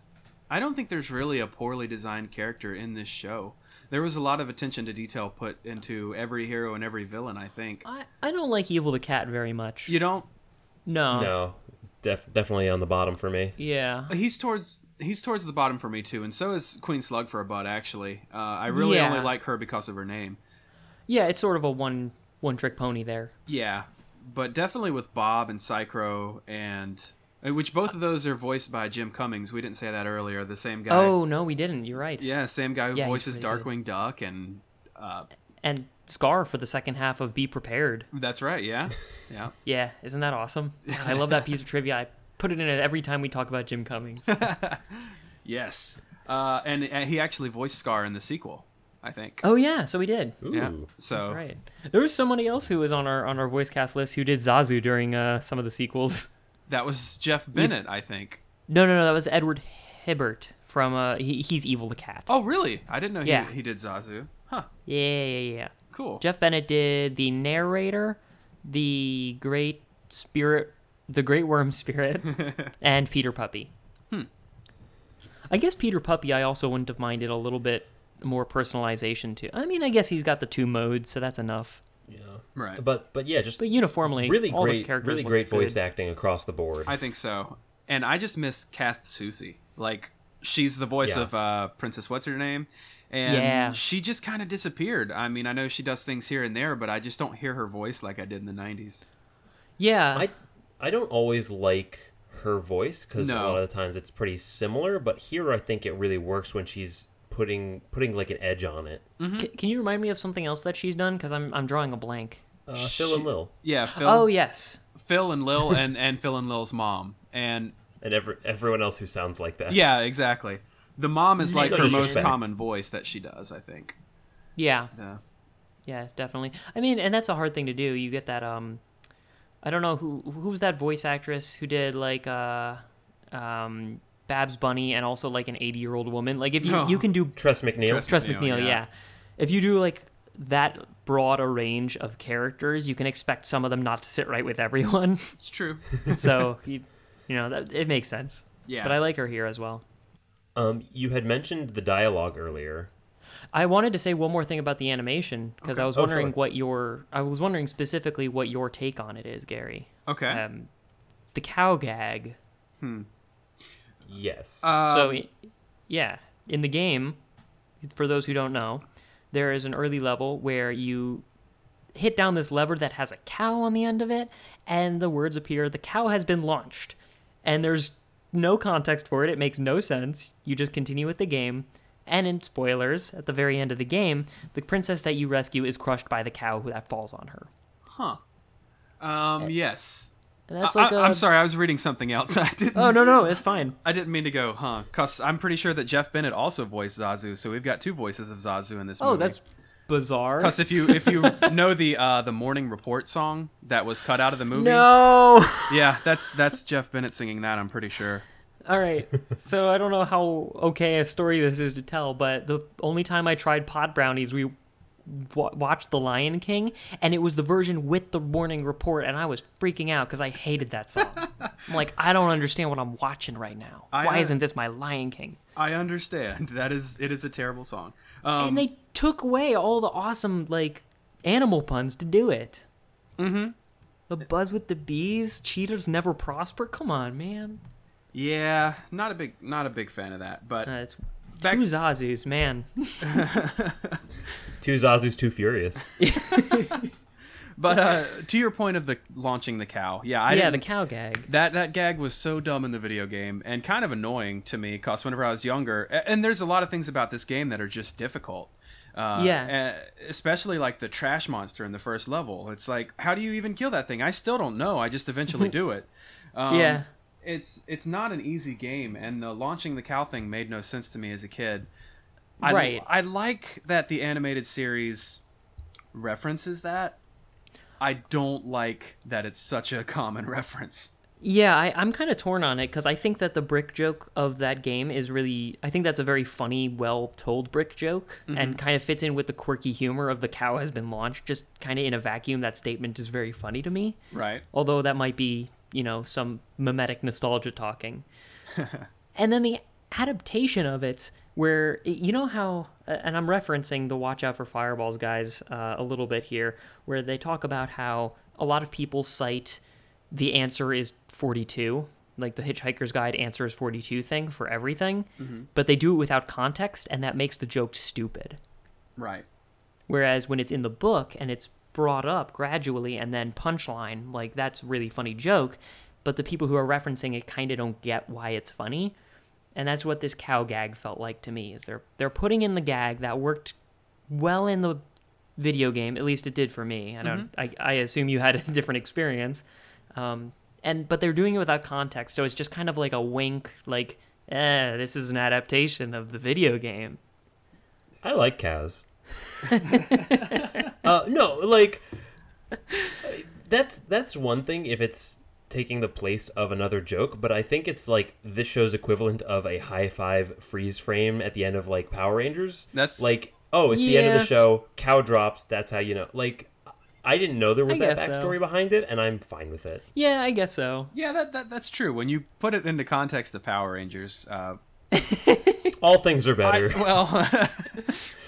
I don't think there's really a poorly designed character in this show. There was a lot of attention to detail put into every hero and every villain. I think
I, I don't like Evil the Cat very much.
you don't.
No.
no, def- definitely on the bottom for me.
Yeah.
He's towards he's towards the bottom for me too, and so is Queen Slug for a butt. Actually, uh, I really
Yeah.
only like her because of her name.
Yeah, it's sort of a one one trick pony there.
Yeah, but definitely with Bob and Psychro and uh, which both of those are voiced by Jim Cummings. We didn't say that earlier. The same guy.
Oh no, we didn't. You're right.
yeah, same guy who
Yeah, he's
voices
really
Darkwing Duck, and
And Scar for the second half of Be Prepared.
that's right. Yeah, yeah.
Yeah, isn't that awesome? God, I love that piece of trivia. I put it in it every time we talk about Jim Cummings.
yes, uh, and, and he actually voiced Scar in the sequel, I think.
oh yeah, so we did.
yeah.
Ooh.
So
Right. There was somebody else who was on our on our voice cast list who did Zazu during uh, some of the sequels.
that was Jeff Bennett, I think.
No, no, no, that was Edward Hibbert from uh he, he's Evil the Cat.
Oh, really? I didn't know he,
Yeah.
he did Zazu. Huh.
Yeah, yeah, yeah.
cool.
Jeff Bennett did the narrator, the great spirit, the great worm spirit, and Peter Puppy. Hmm. I guess Peter Puppy, I also wouldn't have minded a little bit more personalization to. I mean, I guess he's got the two modes, so that's enough.
Yeah.
Right.
But but yeah, just
But uniformly,
really
all the
great,
characters
really
look
great voice
good.
acting across the board.
I think so. And I just miss Kath Soucy. Like she's the voice
Yeah.
of uh, Princess what's her name, and
Yeah.
she just kind of disappeared. I mean, I know she does things here and there, but I just don't hear her voice like I did in the '90s.
Yeah,
I I don't always like her voice because a
No.
lot of the times it's pretty similar. But here, I think it really works when she's putting putting like an edge on it.
C- can you remind me of something else that she's done? Because I'm I'm drawing a blank.
Uh, Phil and Lil
Yeah, Phil,
Oh yes,
Phil and Lil, and and Phil and Lil's mom, and
and every, everyone else who sounds like that.
yeah, exactly. The mom is like
No
her most
disrespect.
common voice that she does. I think.
yeah.
Yeah.
Yeah, definitely. I mean, and that's a hard thing to do. You get that um I don't know who who was that voice actress who did like uh um Babs Bunny and also like an 80-year-old woman. Like if you
No.
you can do
Tress McNeil.
Tress-
Oh. Trust
McNeil,
McNeil, yeah.
yeah.
If you do like that broad a range of characters, you can expect some of them not to sit right with everyone.
It's true.
so, you, you know, that, it makes sense.
Yeah.
But I like her here as well.
Um, you had mentioned the dialogue earlier.
I wanted to say one more thing about the animation because I was
Oh,
wondering
sure.
what your I was wondering specifically what your take on it is, Gary.
Okay.
Um, the cow gag.
Yes.
Uh, Um,
so i- yeah, in the game, for those who don't know, there is an early level where you hit down this lever that has a cow on the end of it, and the words appear, the cow has been launched. And there's no context for it, it makes no sense. You just continue with the game. And in spoilers, at the very end of the game, the princess that you rescue is crushed by the cow who that falls on her.
huh. Um. Yes.
And that's
I,
like a
I- I'm sorry. I was reading something else. I didn't.
Oh no no, it's fine.
I didn't mean to go, huh? Cause I'm pretty sure that Jeff Bennett also voiced Zazu, so we've got two voices of Zazu in this movie.
Oh, that's bizarre.
Cause if you if you know the uh, the morning report song that was cut out of the movie,
No.
yeah, that's that's Jeff Bennett singing that. I'm pretty sure.
All right. So I don't know how okay a story this is to tell, but the only time I tried pot brownies, we wa watched The Lion King, and it was the version with the morning report, and I was freaking out because I hated that song. I'm like, I don't understand what I'm watching right now.
I,
Why
uh,
isn't this my Lion King?
I understand. That is it is a terrible song. Um,
And they took away all the awesome like animal puns to do it. Mm-hmm. The buzz with the bees, cheaters never prosper. Come on, man.
yeah, not a big not a big fan of that. But
Uh, it's
Back-
two Zazus, man.
two Zazu's too furious.
but uh, to your point of the launching the cow, yeah, I
yeah,
didn't-
the cow gag.
That that gag was so dumb in the video game and kind of annoying to me because whenever I was younger, a- and there's a lot of things about this game that are just difficult. Uh,
Yeah.
e- especially like the trash monster in the first level. It's like, how do you even kill that thing? I still don't know. I just eventually do it. Um,
Yeah.
It's it's not an easy game, and the launching the cow thing made no sense to me as a kid. I,
Right.
I like that the animated series references that. I don't like that it's such a common reference.
Yeah, I, I'm kind of torn on it because I think that the brick joke of that game is really. I think that's a very funny, well told brick joke and kind of fits in with the quirky humor of the cow has been launched. Just kind of in a vacuum, that statement is very funny to me.
Right.
Although that might be, you know, some mimetic nostalgia talking. and then the adaptation of it, where you know how, and I'm referencing the Watch Out for Fireballs guys uh, a little bit here, where they talk about how a lot of people cite the answer is 42, like the Hitchhiker's Guide answer is 42 thing for everything, but they do it without context, and that makes the joke stupid.
Right.
Whereas when it's in the book and it's brought up gradually and then punchline, like that's a really funny joke, but the people who are referencing it kind of don't get why it's funny. And that's what this cow gag felt like to me. Is they're they're putting in the gag that worked well in the video game, at least it did for me. I don't I, I assume you had a different experience. Um, and but they're doing it without context, so it's just kind of like a wink, like, eh, this is an adaptation of the video game.
I like cows. uh, no, like that's that's one thing if it's taking the place of another joke, but I think it's like this show's equivalent of a high five freeze frame at the end of like Power Rangers.
That's-
like oh, it's the end of
Yeah.
the show. Cow drops. That's how you know. Like, I didn't know there was
I
that
guess so.
backstory behind it, and I'm fine with it.
Yeah, I guess so.
Yeah, that, that that's true. When you put it into context of Power Rangers, uh,
All things are
I,
better.
well,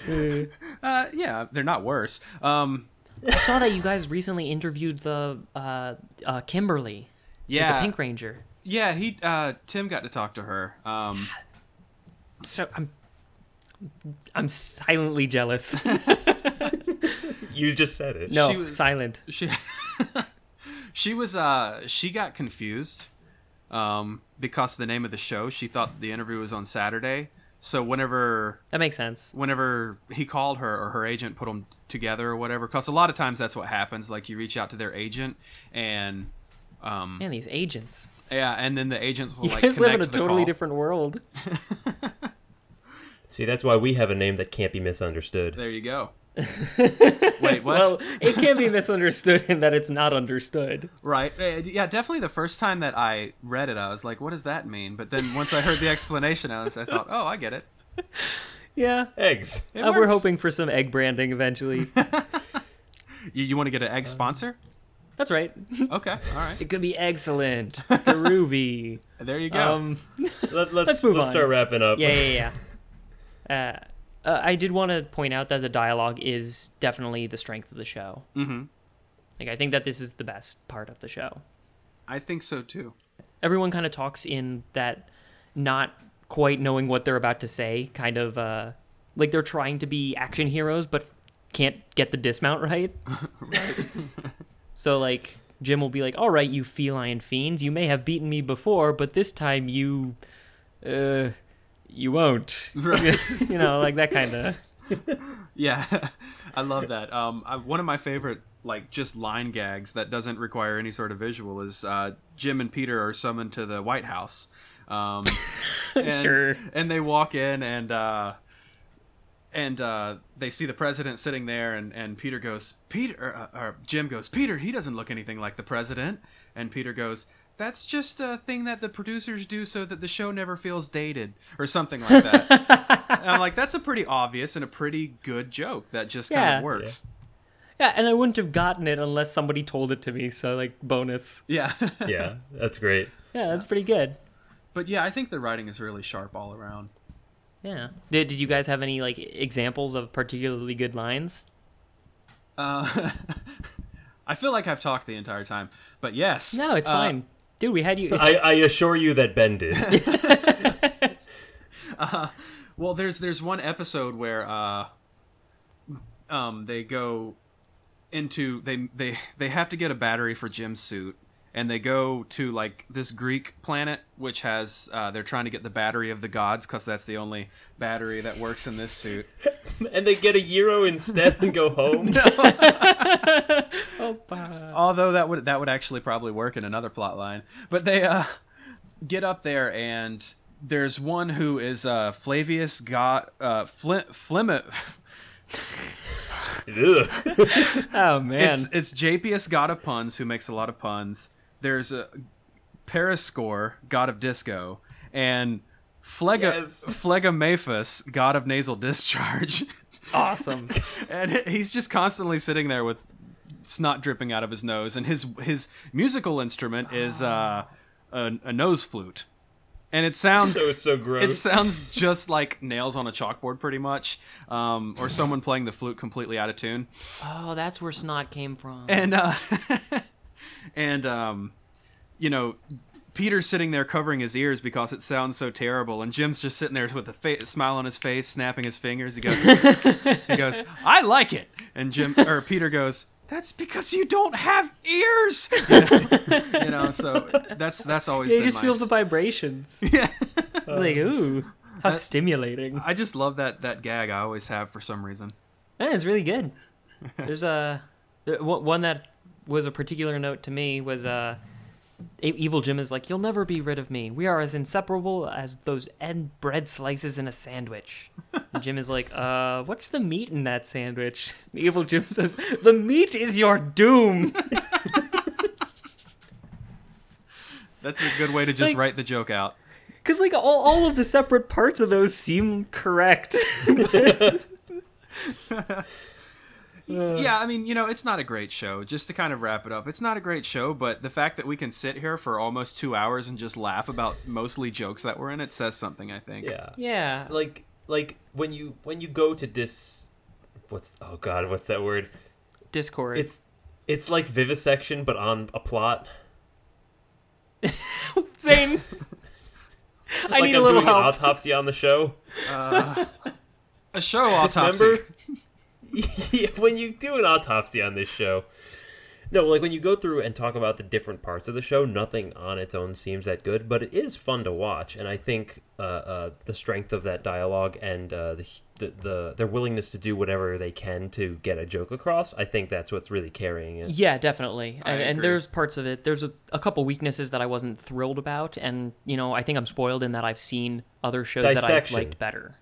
uh, yeah, they're not worse. Um,
I saw that you guys recently interviewed the uh, uh, Kimberly,
yeah,
the Pink Ranger.
yeah. He uh, Tim got to talk to her. Um,
So I'm, I'm silently jealous.
you just said it.
No,
She was-
silent.
she she was uh she got confused um because of the name of the show she thought the interview was on saturday so whenever
That makes sense.
whenever he called her or her agent put them together or whatever because a lot of times that's what happens like you reach out to their agent and
Man, these agents.
yeah and then the agents will
You
like
guys live in
connect
a
the
totally
call.
different world.
See, that's why we have a name that can't be misunderstood.
there you go wait what
Well, it can be misunderstood in that it's not understood.
Right. Uh, Yeah, definitely the first time that I read it, I was like, what does that mean? But then once I heard the explanation, I was I thought, oh, I get it.
Yeah.
Eggs.
It
Uh, we're
works.
hoping for some egg branding eventually.
You, you want to get an egg
Um,
sponsor?
That's right.
Okay. All right.
It could be excellent. Groovy.
There you go.
Um,
Let, let's
Let's move
let's
on.
start wrapping up.
yeah, yeah, yeah. Uh, uh, I did want to point out that the dialogue is definitely the strength of the show. Mm-hmm. Like, I think that this is the best part of the show.
I think so too.
Everyone kind of talks in that not quite knowing what they're about to say, kind of uh, like they're trying to be action heroes but can't get the dismount right. so, like, Jim will be like, All right, you feline fiends, you may have beaten me before, but this time you. Uh, you won't. you know, like that kind of.
Yeah. I love that. Um, I, one of my favorite, like, just line gags that doesn't require any sort of visual is uh, Jim and Peter are summoned to the White House. Um, and,
Sure.
And they walk in and. Uh, and uh, they see the president sitting there, and, and Peter goes, Peter, or, or Jim goes, Peter, he doesn't look anything like the president. And Peter goes, that's just a thing that the producers do so that the show never feels dated, or something like that. and I'm like, that's a pretty obvious and a pretty good joke that just kind
Yeah.
of works.
Yeah, and I wouldn't have gotten it unless somebody told it to me. So, like, bonus.
Yeah.
yeah, that's great.
Yeah, that's pretty good.
but yeah, I think the writing is really sharp all around.
Yeah. Did, did you guys have any like examples of particularly good lines?
Uh, I feel like I've talked the entire time, but yes.
No, it's
Uh,
fine. Dude, we had you.
I, I assure you that Ben did.
Well, there's there's one episode where uh, um, they go into they they they have to get a battery for Jim's suit, and they go to like this Greek planet which has uh, they're trying to get the battery of the gods because that's the only battery that works in this suit.
and they get a euro instead and go home.
although that would that would actually probably work in another plot line but they uh get up there and there's one who is uh flavius got uh Flim- Flim-
Ugh.
oh man,
it's it's japius god of puns who makes a lot of puns there's a periscore god of disco and Phlega,
Yes.
Phlegamaphus, god of nasal discharge
awesome.
and he- he's just constantly sitting there with snot dripping out of his nose and his his musical instrument is uh, a, a nose flute and it sounds
That was so gross.
it sounds just like nails on a chalkboard pretty much um, or someone playing the flute completely out of tune
oh, that's where snot came from.
and uh, and um, you know Peter's sitting there covering his ears because it sounds so terrible, and Jim's just sitting there with a fa- smile on his face, snapping his fingers. He goes, he goes, I like it, and Jim or Peter goes. That's because you don't have ears, you know. So that's that's always.
He
been
just
my-
feels the vibrations. Yeah. like ooh, how stimulating.
I just love that that gag. I always have for some reason.
That is really good. There's a there- one one that was a particular note to me was uh, E- Evil Jim is like, "You'll never be rid of me. We are as inseparable as those end bread slices in a sandwich." And Jim is like, "Uh, what's the meat in that sandwich?" And Evil Jim says, "The meat is your doom."
That's a good way to just
Like-
write the joke out.
Because like all all of the separate parts of those seem correct. But
yeah, I mean, you know, it's not a great show. Just to kind of wrap it up, it's not a great show, but the fact that we can sit here for almost two hours and just laugh about mostly jokes that were in it says something, I think.
Yeah.
Yeah.
Like like when you when you go to dis what's oh god, what's that word?
Discord.
It's it's like vivisection but on a plot.
Zane. I
like
need
I'm
a little
doing an
help.
autopsy on the show.
A show autopsy.
Remember? yeah, when you do an autopsy on this show. No, like when you go through and talk about the different parts of the show, nothing on its own seems that good, but it is fun to watch, and I think uh, uh, the strength of that dialogue and uh, the, the the their willingness to do whatever they can to get a joke across, I think that's what's really carrying it.
Yeah, definitely. And, and
agree.
there's parts of it. There's a, a couple weaknesses that I wasn't thrilled about, and you know, I think I'm spoiled in that I've seen other shows
Dissection.
that I liked better.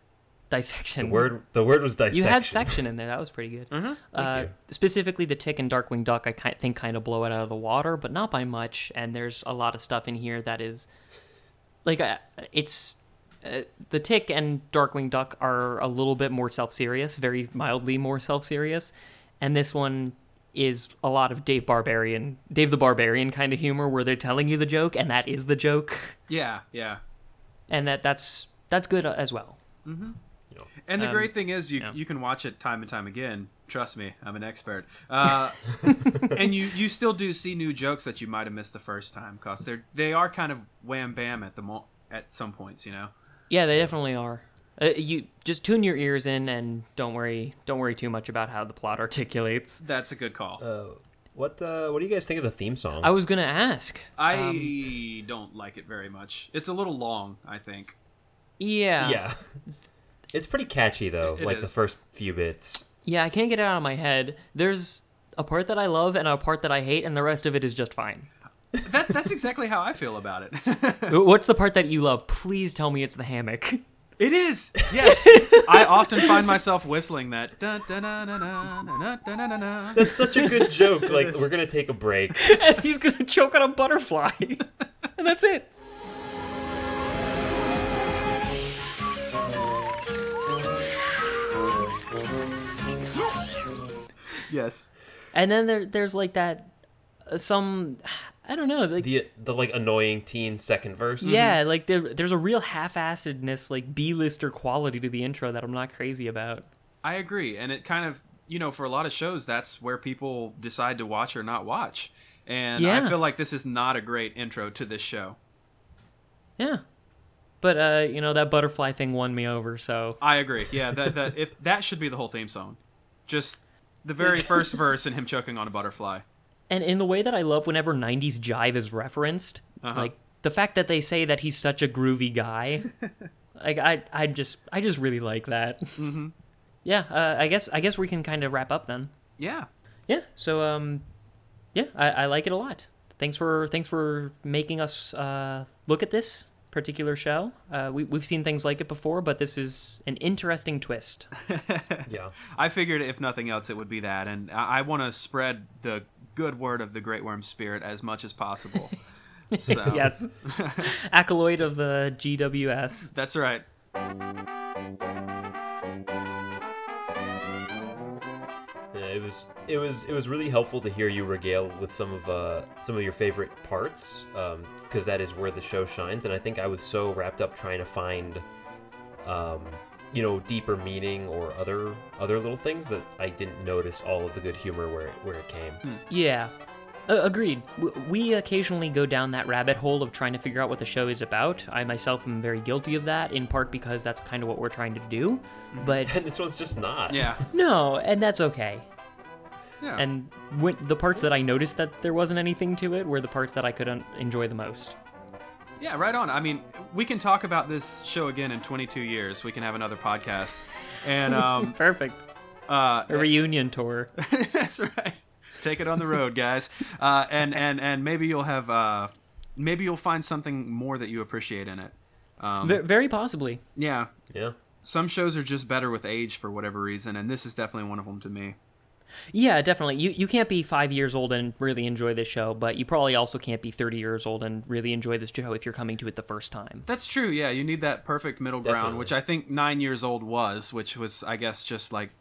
Dissection.
The word the word was dissection.
You had section in there. That was pretty good. Uh, specifically, the Tick and Darkwing Duck, I ki- think kind of blow it out of the water, but not by much. And there's a lot of stuff in here that is like uh, it's uh, the Tick and Darkwing Duck are a little bit more self serious, very mildly more self serious, and this one is a lot of Dave Barbarian, Dave the Barbarian kind of humor where they're telling you the joke and that is the joke,
Yeah, yeah.
and that that's that's good uh, as well.
And the great thing is, you you can watch it time and time again. Trust me, I'm an expert. Uh, and you you still do see new jokes that you might have missed the first time because they're they are kind of wham bam at the mo- at some points, you know.
Yeah, they definitely are. Uh, you just tune your ears in and don't worry, don't worry too much about how the plot articulates.
That's a good call.
What uh, what do you guys think of the theme song?
I was gonna ask.
um,
I don't like it very much. It's a little long, I think.
Yeah,
yeah. It's pretty catchy though,
It- it
like the
is.
first few bits.
yeah. I can't get it out of my head. There's a part that I love and a part that I hate, and the rest of it is just fine.
That that's exactly how I feel about it.
W- What's the part that you love? Please tell me it's the hammock.
It is. Yes. I often find myself whistling that. Dun, dun, dun, dun, dun, dun, dun, dun, dun, dun.
That's such a good joke. Like we're gonna take a break.
He's gonna choke on a butterfly, and that's it.
Yes.
And then there, there's like that uh, some I don't know like
The the like annoying teen second verse.
Yeah, like there, there's a real half-assedness, like B-lister quality to the intro that I'm not crazy about.
I agree. And it kind of, you know, for a lot of shows, that's where people decide to watch or not watch. And
Yeah.
I feel like this is not a great intro to this show.
Yeah, but uh, you know that butterfly thing won me over. So
I agree. Yeah, that that if that should be the whole theme song. Just the very first verse and him choking on a butterfly.
and in the way that I love whenever 90s jive is referenced, like the fact that they say that he's such a groovy guy, like I I just I just really like that. Mm-hmm. Yeah, uh, I guess I guess we can kind of wrap up then.
Yeah.
Yeah. So um, yeah, I, I like it a lot. Thanks for thanks for making us uh, look at this particular show. Uh, we we've seen things like it before, but this is an interesting twist.
Yeah.
I figured if nothing else, it would be that, and I, I want to spread the good word of the Great Worm Spirit as much as possible. So,
Yes. Acolyte of the GWS.
that's right.
Yeah, it was it was it was really helpful to hear you regale with some of uh, some of your favorite parts because that is where the show shines. And I think I was so wrapped up trying to find, um, you know, deeper meaning or other other little things that I didn't notice all of the good humor where it, where it came.
Yeah. Uh, agreed. W- We occasionally go down that rabbit hole of trying to figure out what the show is about. I myself am very guilty of that, in part because that's kind of what we're trying to do. But
And this one's just not.
Yeah,
no, and that's okay.
yeah,
and when, the parts that I noticed that there wasn't anything to it were the parts that I could un- enjoy the most.
yeah. Right on. I mean, we can talk about this show again in 22 years. We can have another podcast, and um,
Perfect. eh,
uh,
A reunion tour.
that's right. Take it on the road, guys, uh, and and and maybe you'll have uh, maybe you'll find something more that you appreciate in it.
V- very possibly.
Yeah,
Yeah.
some shows are just better with age for whatever reason, and this is definitely one of them to me.
Yeah, definitely. You you can't be five years old and really enjoy this show, but you probably also can't be thirty years old and really enjoy this show if you're coming to it the first time.
That's true. Yeah, you need that perfect middle ground,
Definitely.
which I think nine years old was, which was, I guess, just like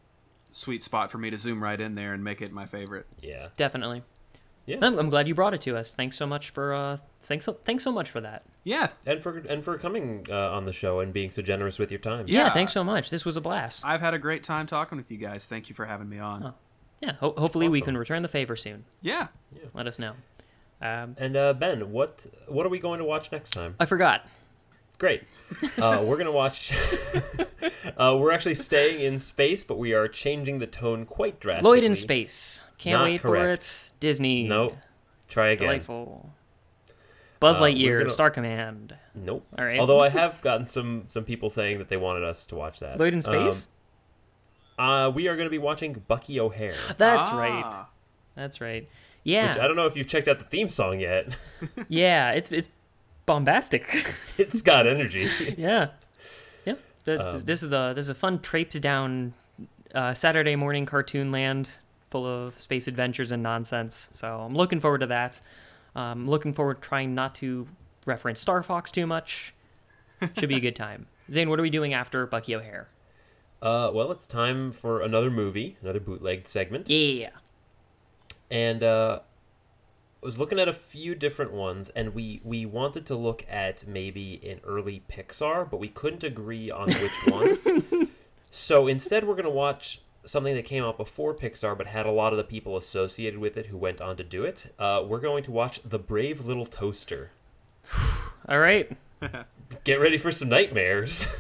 sweet spot for me to zoom right in there and make it my favorite.
Yeah.
Definitely.
Yeah.
I'm, I'm glad you brought it to us. Thanks so much for uh, thanks so, thanks so much for that.
Yeah,
And for and for coming uh, on the show and being so generous with your time.
Yeah,
Yeah.
thanks so much. This was a blast.
I've had a great time talking with you guys. Thank you for having me on.
Yeah, ho- hopefully we
Awesome.
can return the favor soon.
Yeah.
Let us know. Um,
And uh, Ben, what what are we going to watch next time?
I forgot.
Great. Uh, we're gonna watch. uh, we're actually staying in space, but we are changing the tone quite drastically.
Lloyd in space. Can't
Not
wait
correct.
for it. Disney.
Nope. Try again.
Delightful. Buzz
Uh, we're
Lightyear,
gonna-
Star Command.
Nope.
All right.
Although I have gotten some some people saying that they wanted us to watch that.
Lloyd in space?
Um, uh, we are going to be watching Bucky O'Hare.
That's
Ah.
right. That's right. Yeah.
Which I don't know if you've checked out the theme song yet.
yeah, it's it's bombastic.
it's got energy.
yeah. Yeah. The, this is the this is a fun traipse down uh, Saturday morning cartoon land full of space adventures and nonsense. So I'm looking forward to that. Um, looking forward to trying not to reference Star Fox too much. Should be a good time. Zane, what are we doing after Bucky O'Hare?
Uh, well, it's time for another movie, another bootlegged segment,
Yeah.
and uh, I was looking at a few different ones, and we we wanted to look at maybe an early Pixar, but we couldn't agree on which one. so instead, we're gonna watch something that came out before Pixar, but had a lot of the people associated with it who went on to do it. Uh, we're going to watch The Brave Little Toaster.
All right.
Get ready for some nightmares.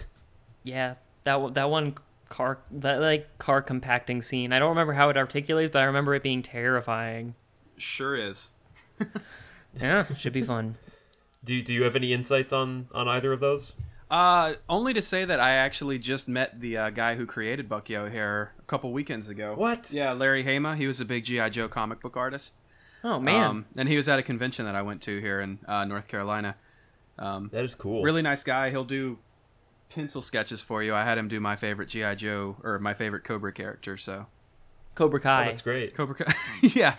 Yeah, that one- that one car that like car compacting scene. I don't remember how it articulates, but I remember it being terrifying.
Sure is.
Yeah, should be fun.
do Do you have any insights on on either of those?
Uh, only to say that I actually just met the uh, guy who created Bucky O'Hare a couple weekends ago.
What?
Yeah, Larry Hama. He was a big GI Joe comic book artist.
Oh man,
Um, and he was at a convention that I went to here in uh, North Carolina.
That is cool.
Really nice guy. He'll do pencil sketches for you. I had him do my favorite GI Joe or my favorite Cobra character. So
Cobra Kai.
Oh, That's great.
Cobra. Kai- yeah.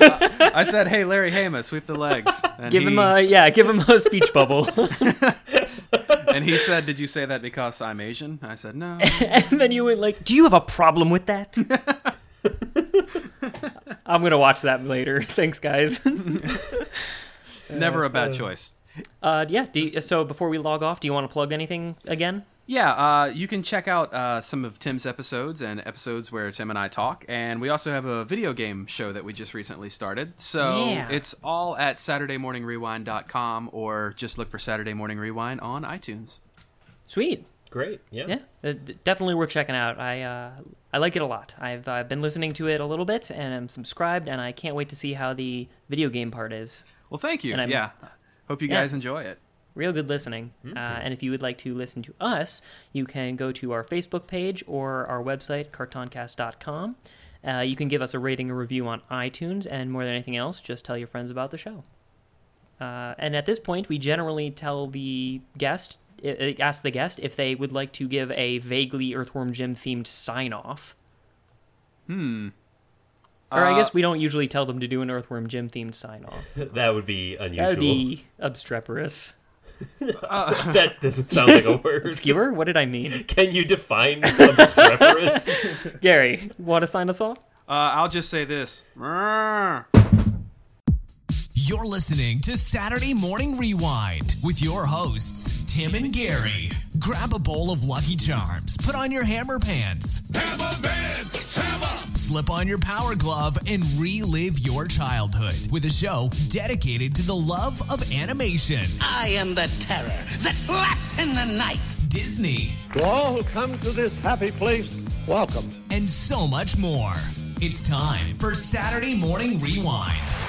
Uh, I said, hey, Larry Hama, sweep the legs. And
Give him
he-
a yeah, give him a speech bubble,
And he said, did you say that because I'm Asian? I said, no.
and then you went like, "Do you have a problem with that?" I'm gonna watch that later. Thanks, guys.
Never a bad choice.
Uh, yeah. Do you, so before we log off, do you want to plug anything again?
Yeah, uh, you can check out uh, some of Tim's episodes and episodes where Tim and I talk. And we also have a video game show that we just recently started. So
Yeah.
it's all at SaturdayMorningRewind.com or just look for Saturday Morning Rewind on iTunes.
Sweet.
Great. Yeah.
Yeah, uh, d- definitely worth checking out. I uh, I like it a lot. I've uh, been listening to it a little bit, and I'm subscribed, and I can't wait to see how the video game part is.
Well, thank you.
And I'm-
yeah. Hope you
Yeah.
guys enjoy it.
Real good listening. Uh, and if you would like to listen to us, you can go to our Facebook page or our website, cartoncast.com. Uh, you can give us a rating or review on iTunes, and more than anything else, just tell your friends about the show. Uh, and at this point, we generally tell the guest, uh, uh, ask the guest if they would like to give a vaguely Earthworm Jim themed sign off. Hmm. Or I
Uh,
guess we don't usually tell them to do an Earthworm Jim themed sign off.
That would be unusual.
That would be obstreperous.
That doesn't sound like a word.
Obscure? What did I mean?
Can you define obstreperous?
Gary, want to sign us off?
Uh, I'll just say this. Brrr.
You're listening to Saturday Morning Rewind with your hosts, Tim and Gary. Grab a bowl of Lucky Charms, put on your hammer pants,
Hammer man, hammer,
slip on your power glove, and relive your childhood with a show dedicated to the love of animation.
I am the terror that laps in the night.
Disney,
To all who come to this happy place, welcome.
and so much more. It's time for Saturday Morning Rewind.